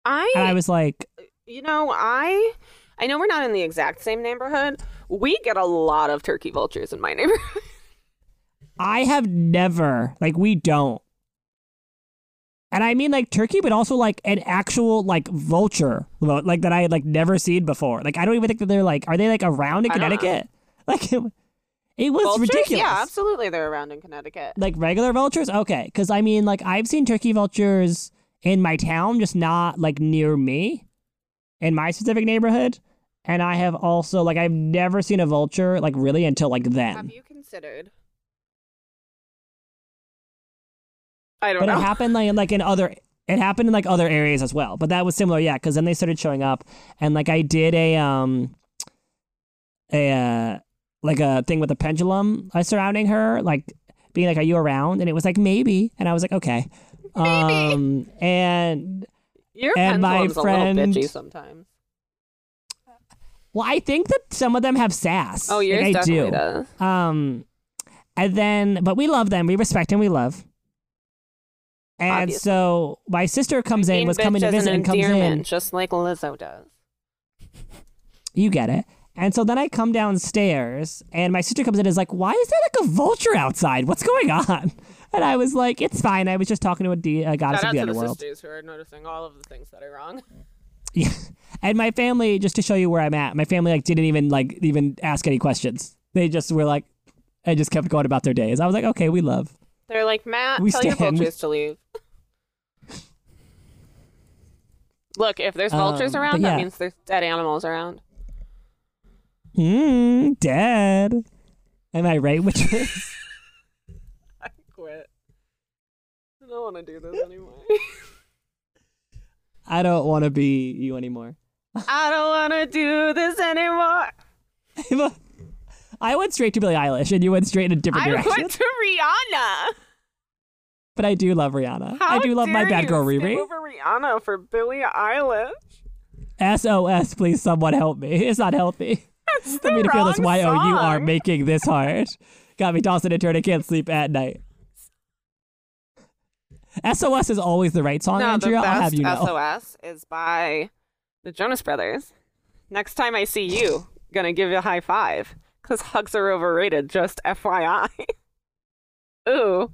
[SPEAKER 3] I,
[SPEAKER 2] and I was like,
[SPEAKER 3] you know, I, I know we're not in the exact same neighborhood. We get a lot of turkey vultures in my neighborhood.
[SPEAKER 2] I have never like we don't, and I mean like turkey, but also like an actual like vulture lo- like that I had like never seen before. Like I don't even think that they're like are they like around in
[SPEAKER 3] I don't know.
[SPEAKER 2] Connecticut? Like it, it was
[SPEAKER 3] vultures?
[SPEAKER 2] ridiculous.
[SPEAKER 3] Yeah, absolutely. They're around in Connecticut.
[SPEAKER 2] like regular vultures okay because i mean like i've seen turkey vultures in my town just not like near me in my specific neighborhood and i have also like i've never seen a vulture like really until like
[SPEAKER 3] Have
[SPEAKER 2] then
[SPEAKER 3] you considered? I don't
[SPEAKER 2] but it
[SPEAKER 3] know.
[SPEAKER 2] happened like in like in other it happened in like other areas as well but that was similar yeah because then they started showing up and like i did a um a uh, like a thing with a pendulum uh, surrounding her like being like are you around and it was like maybe and i was like okay
[SPEAKER 3] Maybe.
[SPEAKER 2] um and
[SPEAKER 3] Your
[SPEAKER 2] and my
[SPEAKER 3] pendulum's a
[SPEAKER 2] friend-
[SPEAKER 3] little bitchy sometimes.
[SPEAKER 2] Well, I think that some of them have sass.
[SPEAKER 3] Oh, yours
[SPEAKER 2] like, I do.
[SPEAKER 3] definitely does.
[SPEAKER 2] Um, and then, but we love them. We respect and we love. And
[SPEAKER 3] Obviously.
[SPEAKER 2] so my sister comes in,
[SPEAKER 3] Mean
[SPEAKER 2] was
[SPEAKER 3] bitch
[SPEAKER 2] coming to
[SPEAKER 3] is an
[SPEAKER 2] visit, and comes
[SPEAKER 3] endearment,
[SPEAKER 2] in.
[SPEAKER 3] just like Lizzo does.
[SPEAKER 2] You get it. And so then I come downstairs, and my sister comes in and is like, "Why is there like a vulture outside? What's going on?" And I was like, "It's fine. I was just talking to a, de- a goddess
[SPEAKER 3] Shout
[SPEAKER 2] of the
[SPEAKER 3] out to the
[SPEAKER 2] underworld."
[SPEAKER 3] sisters who are noticing all of the things that are wrong.
[SPEAKER 2] Yeah. And my family, just to show you where I'm at, my family like didn't even like even ask any questions. They just were like, and just kept going about their days. I was like, okay, we love.
[SPEAKER 3] They're like, Matt,
[SPEAKER 2] We
[SPEAKER 3] tell your
[SPEAKER 2] stand.
[SPEAKER 3] vultures to leave. Look, if there's
[SPEAKER 2] Um,
[SPEAKER 3] vultures
[SPEAKER 2] but
[SPEAKER 3] around, that
[SPEAKER 2] yeah.
[SPEAKER 3] means there's dead animals around.
[SPEAKER 2] Hmm, dead. Am I right, witches?
[SPEAKER 3] I quit. I don't want to do this anymore.
[SPEAKER 2] I don't want to be you anymore.
[SPEAKER 3] I don't want to do this anymore.
[SPEAKER 2] I went straight to Billie Eilish, and you went straight in a different
[SPEAKER 3] I
[SPEAKER 2] direction.
[SPEAKER 3] went to Rihanna.
[SPEAKER 2] But I do love Rihanna.
[SPEAKER 3] How
[SPEAKER 2] I do love my
[SPEAKER 3] dare
[SPEAKER 2] bad
[SPEAKER 3] you
[SPEAKER 2] girl
[SPEAKER 3] skip
[SPEAKER 2] Riri.
[SPEAKER 3] over Rihanna for Billie Eilish.
[SPEAKER 2] SOS, please, someone help me. It's not healthy.
[SPEAKER 3] That's the
[SPEAKER 2] I mean, to feel this
[SPEAKER 3] wrong
[SPEAKER 2] Y O U are
[SPEAKER 3] song.
[SPEAKER 2] making this hard. Got me tossing and turning, can't sleep at night. SOS is always the right song,
[SPEAKER 3] No, the
[SPEAKER 2] Andrea.
[SPEAKER 3] best
[SPEAKER 2] I'll have you know.
[SPEAKER 3] SOS is by the Jonas Brothers. Next time I see you, gonna give you a high five because hugs are overrated. Just FYI. Ooh,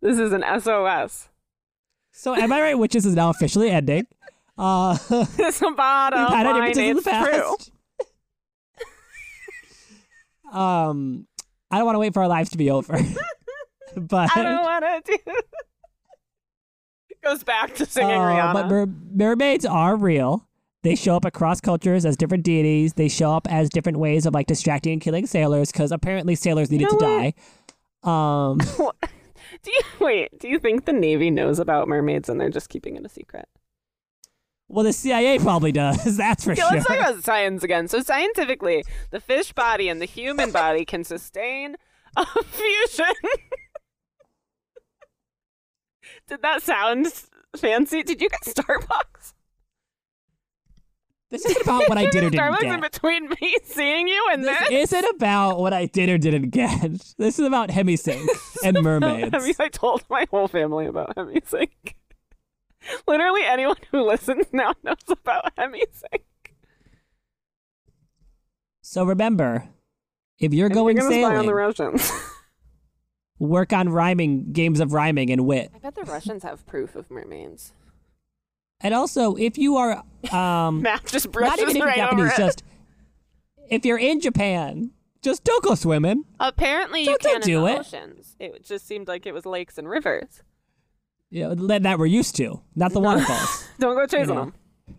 [SPEAKER 3] this is an SOS.
[SPEAKER 2] So, am I right? Witches is now officially ending. Uh,
[SPEAKER 3] This bottom
[SPEAKER 2] We've had our
[SPEAKER 3] line,
[SPEAKER 2] differences in the
[SPEAKER 3] it's true.
[SPEAKER 2] past. um, I don't want to wait for our lives to be over, but
[SPEAKER 3] I don't want to do. It goes back to singing
[SPEAKER 2] uh,
[SPEAKER 3] Rihanna.
[SPEAKER 2] but mer- mermaids are real. They show up across cultures as different deities. They show up as different ways of like distracting and killing sailors because apparently sailors needed
[SPEAKER 3] know
[SPEAKER 2] to die. Um,
[SPEAKER 3] do you wait? Do you think the Navy knows about mermaids and they're just keeping it a secret?
[SPEAKER 2] well, the CIA probably does. That's for
[SPEAKER 3] Yeah,
[SPEAKER 2] sure.
[SPEAKER 3] let's talk about science again. So scientifically, the fish body and the human body can sustain a fusion. Did that sound fancy? Did you get Starbucks?
[SPEAKER 2] this isn't about what I did or didn't
[SPEAKER 3] Starbucks in
[SPEAKER 2] get.
[SPEAKER 3] between me seeing you and
[SPEAKER 2] This
[SPEAKER 3] then
[SPEAKER 2] isn't about what I did or didn't get. This is about hemisync and mermaids.
[SPEAKER 3] I mean, I told my whole family about Hemisync. Literally anyone who listens now knows about Hemisync.
[SPEAKER 2] So remember, if you're
[SPEAKER 3] And
[SPEAKER 2] going
[SPEAKER 3] you're gonna spy on
[SPEAKER 2] sailing,
[SPEAKER 3] the Russians.
[SPEAKER 2] work on rhyming games of rhyming and wit.
[SPEAKER 3] I bet the Russians have proof of mermaids.
[SPEAKER 2] And also, if you are um,
[SPEAKER 3] Matt just
[SPEAKER 2] not
[SPEAKER 3] brushes
[SPEAKER 2] even if you're
[SPEAKER 3] right over
[SPEAKER 2] Japanese,
[SPEAKER 3] it.
[SPEAKER 2] just if you're in Japan, just don't go swimming.
[SPEAKER 3] Apparently, you
[SPEAKER 2] Don't- don't
[SPEAKER 3] can in
[SPEAKER 2] do
[SPEAKER 3] the
[SPEAKER 2] it.
[SPEAKER 3] oceans. It just seemed like it was lakes and rivers.
[SPEAKER 2] You know, that that we're used to, not the waterfalls.
[SPEAKER 3] Don't go chasing
[SPEAKER 2] know.
[SPEAKER 3] them.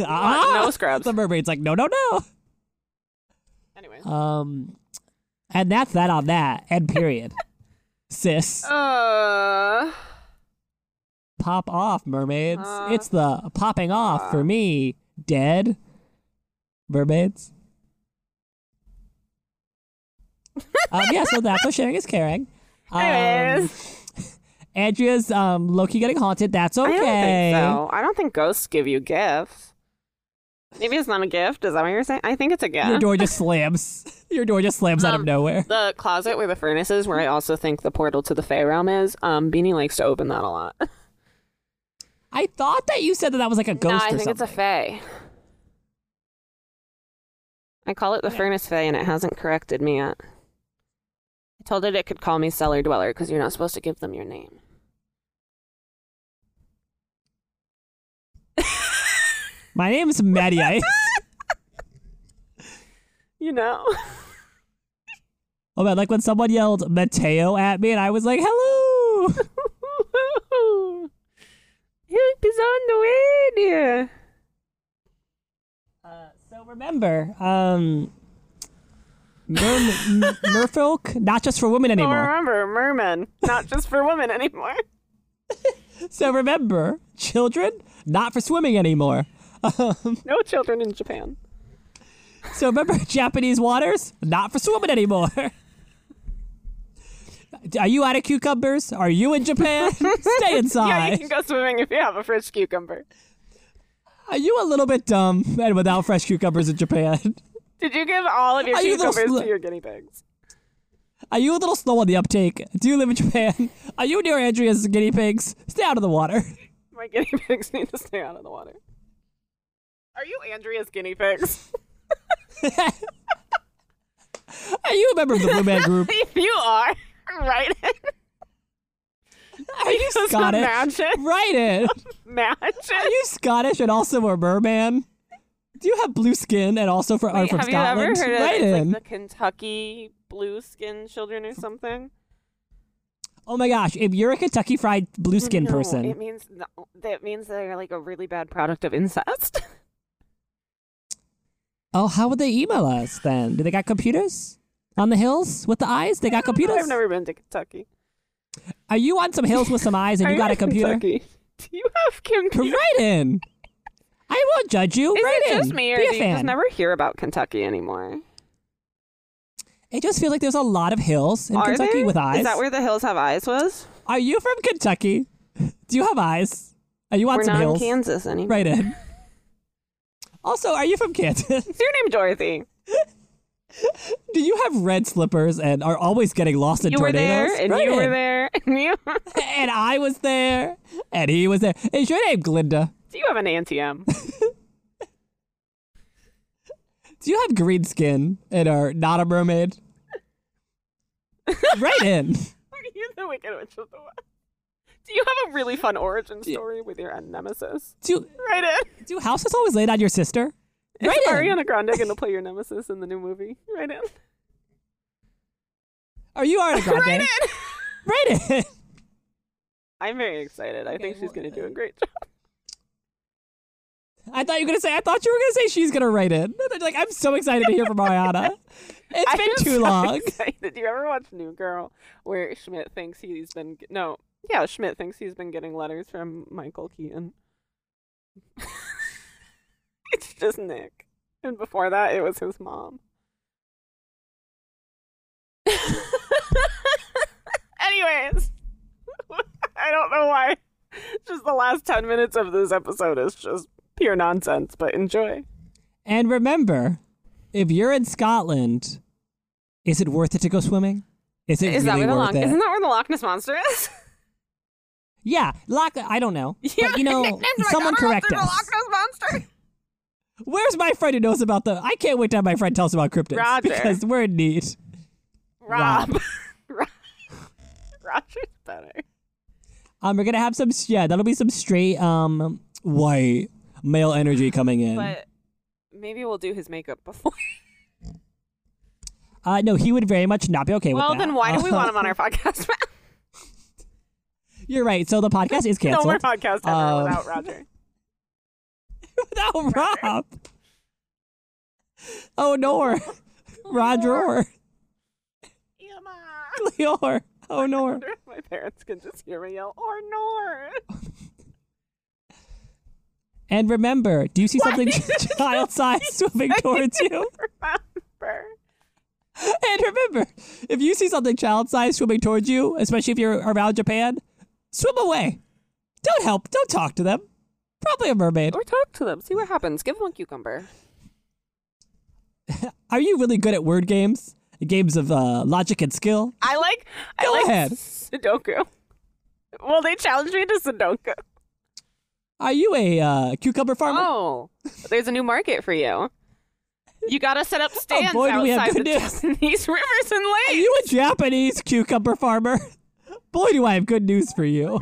[SPEAKER 2] ah,
[SPEAKER 3] no scrubs.
[SPEAKER 2] The mermaid's like, no, no, no.
[SPEAKER 3] Anyway.
[SPEAKER 2] Um, and that's that on that. End period. Sis,
[SPEAKER 3] Oh. Uh,
[SPEAKER 2] pop off, mermaids.
[SPEAKER 3] Uh,
[SPEAKER 2] it's the popping off for me. Dead mermaids. um, yeah, so that's what sharing is caring. Um,
[SPEAKER 3] Uh, anyways,
[SPEAKER 2] Andrea's um, Loki getting haunted. That's um, okay.
[SPEAKER 3] I don't think so. I don't think ghosts give you gifts. Maybe it's not a gift. Is that what you're saying? I think it's a gift.
[SPEAKER 2] Your door just slams. Your door just slams out of
[SPEAKER 3] Um,
[SPEAKER 2] nowhere.
[SPEAKER 3] the closet where the furnace is, where I also think the portal to the Fey realm is. Um, Beanie likes to open that a lot.
[SPEAKER 2] I thought that you said that that was like a ghost
[SPEAKER 3] no, I
[SPEAKER 2] or
[SPEAKER 3] think
[SPEAKER 2] something.
[SPEAKER 3] it's a Fey. I call it the furnace Fey, and it hasn't corrected me yet. I told it it could call me cellar dweller because you're not supposed to give them your name.
[SPEAKER 2] My name's Maddie Ice.
[SPEAKER 3] You know.
[SPEAKER 2] Oh man, like when someone yelled Mateo at me and I was like, hello.
[SPEAKER 3] Help is on the way, dear.
[SPEAKER 2] so remember, um, mer- m- merfolk, not just for women
[SPEAKER 3] Don't
[SPEAKER 2] anymore.
[SPEAKER 3] remember, merman, not just for women anymore.
[SPEAKER 2] So remember, children, not for swimming anymore. Um,
[SPEAKER 3] No children in Japan.
[SPEAKER 2] so remember, Japanese waters, not for swimming anymore. Are you out of cucumbers? Are you in Japan? Stay
[SPEAKER 3] Yeah, you
[SPEAKER 2] inside.
[SPEAKER 3] can go swimming if you have a fresh cucumber.
[SPEAKER 2] Are you a little bit dumb and without fresh cucumbers in Japan?
[SPEAKER 3] Did you give all of your
[SPEAKER 2] Are you those
[SPEAKER 3] cucumbers
[SPEAKER 2] li-
[SPEAKER 3] to your guinea pigs?
[SPEAKER 2] Are you a little slow on the uptake? Do you live in Japan? Are you near Andrea's guinea pigs? Stay out of the water.
[SPEAKER 3] My guinea pigs need to stay out of the water. Are you Andrea's guinea pigs?
[SPEAKER 2] Are you a member of the Blue Man Group?
[SPEAKER 3] if you are, write it.
[SPEAKER 2] Are you
[SPEAKER 3] Just
[SPEAKER 2] Scottish?
[SPEAKER 3] Imagine.
[SPEAKER 2] Write it. Are
[SPEAKER 3] Imagine.
[SPEAKER 2] you Scottish and also a merman? Do you have blue skin and also for, are
[SPEAKER 3] Wait,
[SPEAKER 2] from
[SPEAKER 3] have
[SPEAKER 2] Scotland?
[SPEAKER 3] you ever heard of
[SPEAKER 2] Write
[SPEAKER 3] it's
[SPEAKER 2] in.
[SPEAKER 3] like the Kentucky blue skin children or something?
[SPEAKER 2] oh my gosh, if you're a Kentucky Fried blue skin
[SPEAKER 3] No,
[SPEAKER 2] person,
[SPEAKER 3] It means no, that means they're like a really bad product of incest.
[SPEAKER 2] oh, how would they email us then? Do they got computers? On the hills with the eyes? They got computers?
[SPEAKER 3] I've never been to Kentucky.
[SPEAKER 2] Are you on some hills with some eyes and
[SPEAKER 3] Are
[SPEAKER 2] you got a
[SPEAKER 3] in
[SPEAKER 2] computer?
[SPEAKER 3] Kentucky? Do you have
[SPEAKER 2] But
[SPEAKER 3] computers?
[SPEAKER 2] write in. I won't judge you.
[SPEAKER 3] Is
[SPEAKER 2] write
[SPEAKER 3] it
[SPEAKER 2] in.
[SPEAKER 3] just me, or
[SPEAKER 2] Be
[SPEAKER 3] do
[SPEAKER 2] a
[SPEAKER 3] you
[SPEAKER 2] fan.
[SPEAKER 3] just never hear about Kentucky anymore?
[SPEAKER 2] It just feels like there's a lot of hills in
[SPEAKER 3] Are
[SPEAKER 2] Kentucky
[SPEAKER 3] there?
[SPEAKER 2] with eyes.
[SPEAKER 3] Is that where the hills have eyes was?
[SPEAKER 2] Are you from Kentucky? Do you have eyes? Are you on
[SPEAKER 3] We're
[SPEAKER 2] some
[SPEAKER 3] not
[SPEAKER 2] hills?
[SPEAKER 3] in Kansas anymore.
[SPEAKER 2] Right in. Also, are you from Kansas?
[SPEAKER 3] Is your name Dorothy?
[SPEAKER 2] Do you have red slippers and are always getting lost in
[SPEAKER 3] You were
[SPEAKER 2] tornadoes?
[SPEAKER 3] there, and
[SPEAKER 2] Write
[SPEAKER 3] you were
[SPEAKER 2] in.
[SPEAKER 3] there, and you.
[SPEAKER 2] And I was there. And he was there. Is your name Glinda?
[SPEAKER 3] Do you have an ATM?
[SPEAKER 2] Do you have green skin and are not a mermaid? Write in.
[SPEAKER 3] Are you the Wicked Witch of the West? Do you have a really fun origin story with your end nemesis?
[SPEAKER 2] Do,
[SPEAKER 3] Right in.
[SPEAKER 2] do houses always lay on your sister? Write
[SPEAKER 3] Is
[SPEAKER 2] in.
[SPEAKER 3] Ariana Grande going to play your nemesis in the new movie? Right in.
[SPEAKER 2] Are you Ariana Grande?
[SPEAKER 3] Right in.
[SPEAKER 2] Write in.
[SPEAKER 3] I'm very excited. I think she's going
[SPEAKER 2] uh,
[SPEAKER 3] to do a great job.
[SPEAKER 2] I thought you were gonna say. I thought you were gonna say she's gonna write in. Like I'm so excited to hear from Ariana. It's
[SPEAKER 3] I'm
[SPEAKER 2] been too
[SPEAKER 3] so
[SPEAKER 2] long.
[SPEAKER 3] Excited. Do you ever watch New Girl where Schmidt thinks he's been g- no? Yeah, Schmidt thinks he's been getting letters from Michael Keaton. it's just Nick, and before that, it was his mom. Anyways, I don't know why. Just the last ten minutes of this episode is just pure nonsense, but enjoy.
[SPEAKER 2] And remember, if you're in Scotland, is it worth it to go swimming? Is it
[SPEAKER 3] Is that
[SPEAKER 2] really
[SPEAKER 3] where the
[SPEAKER 2] worth
[SPEAKER 3] Loch?
[SPEAKER 2] it?
[SPEAKER 3] Isn't that where the Loch Ness monster is?
[SPEAKER 2] yeah, Loch. I don't know, but you know,
[SPEAKER 3] "Oh,
[SPEAKER 2] someone correct us. Where's my friend who knows about the? I can't wait to have my friend tell us about cryptids
[SPEAKER 3] Roger.
[SPEAKER 2] because we're in need.
[SPEAKER 3] Rob. Rob. Roger's better.
[SPEAKER 2] Um, we're gonna have some yeah, that'll be some straight um white male energy coming in.
[SPEAKER 3] But maybe we'll do his makeup before.
[SPEAKER 2] uh, no, he would very much not be okay
[SPEAKER 3] well,
[SPEAKER 2] with that.
[SPEAKER 3] then why do we want
[SPEAKER 2] Uh,
[SPEAKER 3] him on our podcast?
[SPEAKER 2] You're right. So the podcast is
[SPEAKER 3] no
[SPEAKER 2] canceled.
[SPEAKER 3] more podcast ever
[SPEAKER 2] Um,
[SPEAKER 3] without Roger.
[SPEAKER 2] no, Rob. Oh, Nor. Roger or Leor. Oh, Nor.
[SPEAKER 3] wonder if my parents can just hear me yell, or nor.
[SPEAKER 2] And remember, do you see something child sized swimming towards you?
[SPEAKER 3] Remember.
[SPEAKER 2] And remember, if you see something child sized swimming towards you, especially if you're around Japan, swim away. Don't help. Don't talk to them. Probably a mermaid.
[SPEAKER 3] Or talk to them. See what happens. Give them a cucumber.
[SPEAKER 2] Are you really good at word games? Games of uh, logic and skill?
[SPEAKER 3] I like. I
[SPEAKER 2] Go
[SPEAKER 3] like
[SPEAKER 2] ahead.
[SPEAKER 3] Sudoku. Well, they challenged me to Sudoku.
[SPEAKER 2] Are you a uh, cucumber farmer?
[SPEAKER 3] Oh, there's a new market for you. You gotta set up stands
[SPEAKER 2] Oh, boy, do we have
[SPEAKER 3] outside
[SPEAKER 2] good
[SPEAKER 3] the
[SPEAKER 2] news.
[SPEAKER 3] Japanese rivers and
[SPEAKER 2] Are
[SPEAKER 3] lakes.
[SPEAKER 2] you a Japanese cucumber farmer? Boy, do I have good news for you.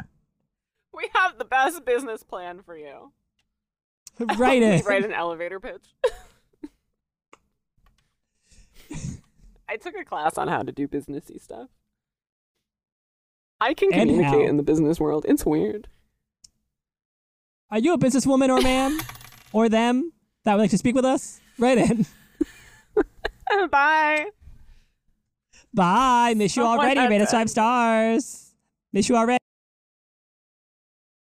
[SPEAKER 3] We have the best business plan for you.
[SPEAKER 2] Write
[SPEAKER 3] We
[SPEAKER 2] in.
[SPEAKER 3] write an elevator pitch. I took a class on how to do businessy stuff. I can
[SPEAKER 2] And
[SPEAKER 3] communicate
[SPEAKER 2] how.
[SPEAKER 3] in the business world. It's weird.
[SPEAKER 2] Are you a businesswoman or man? or them that would like to speak with us? Write in.
[SPEAKER 3] Bye.
[SPEAKER 2] Bye. Miss you
[SPEAKER 3] Someone
[SPEAKER 2] already.
[SPEAKER 3] had
[SPEAKER 2] Rate us
[SPEAKER 3] that.
[SPEAKER 2] five stars. Miss you already.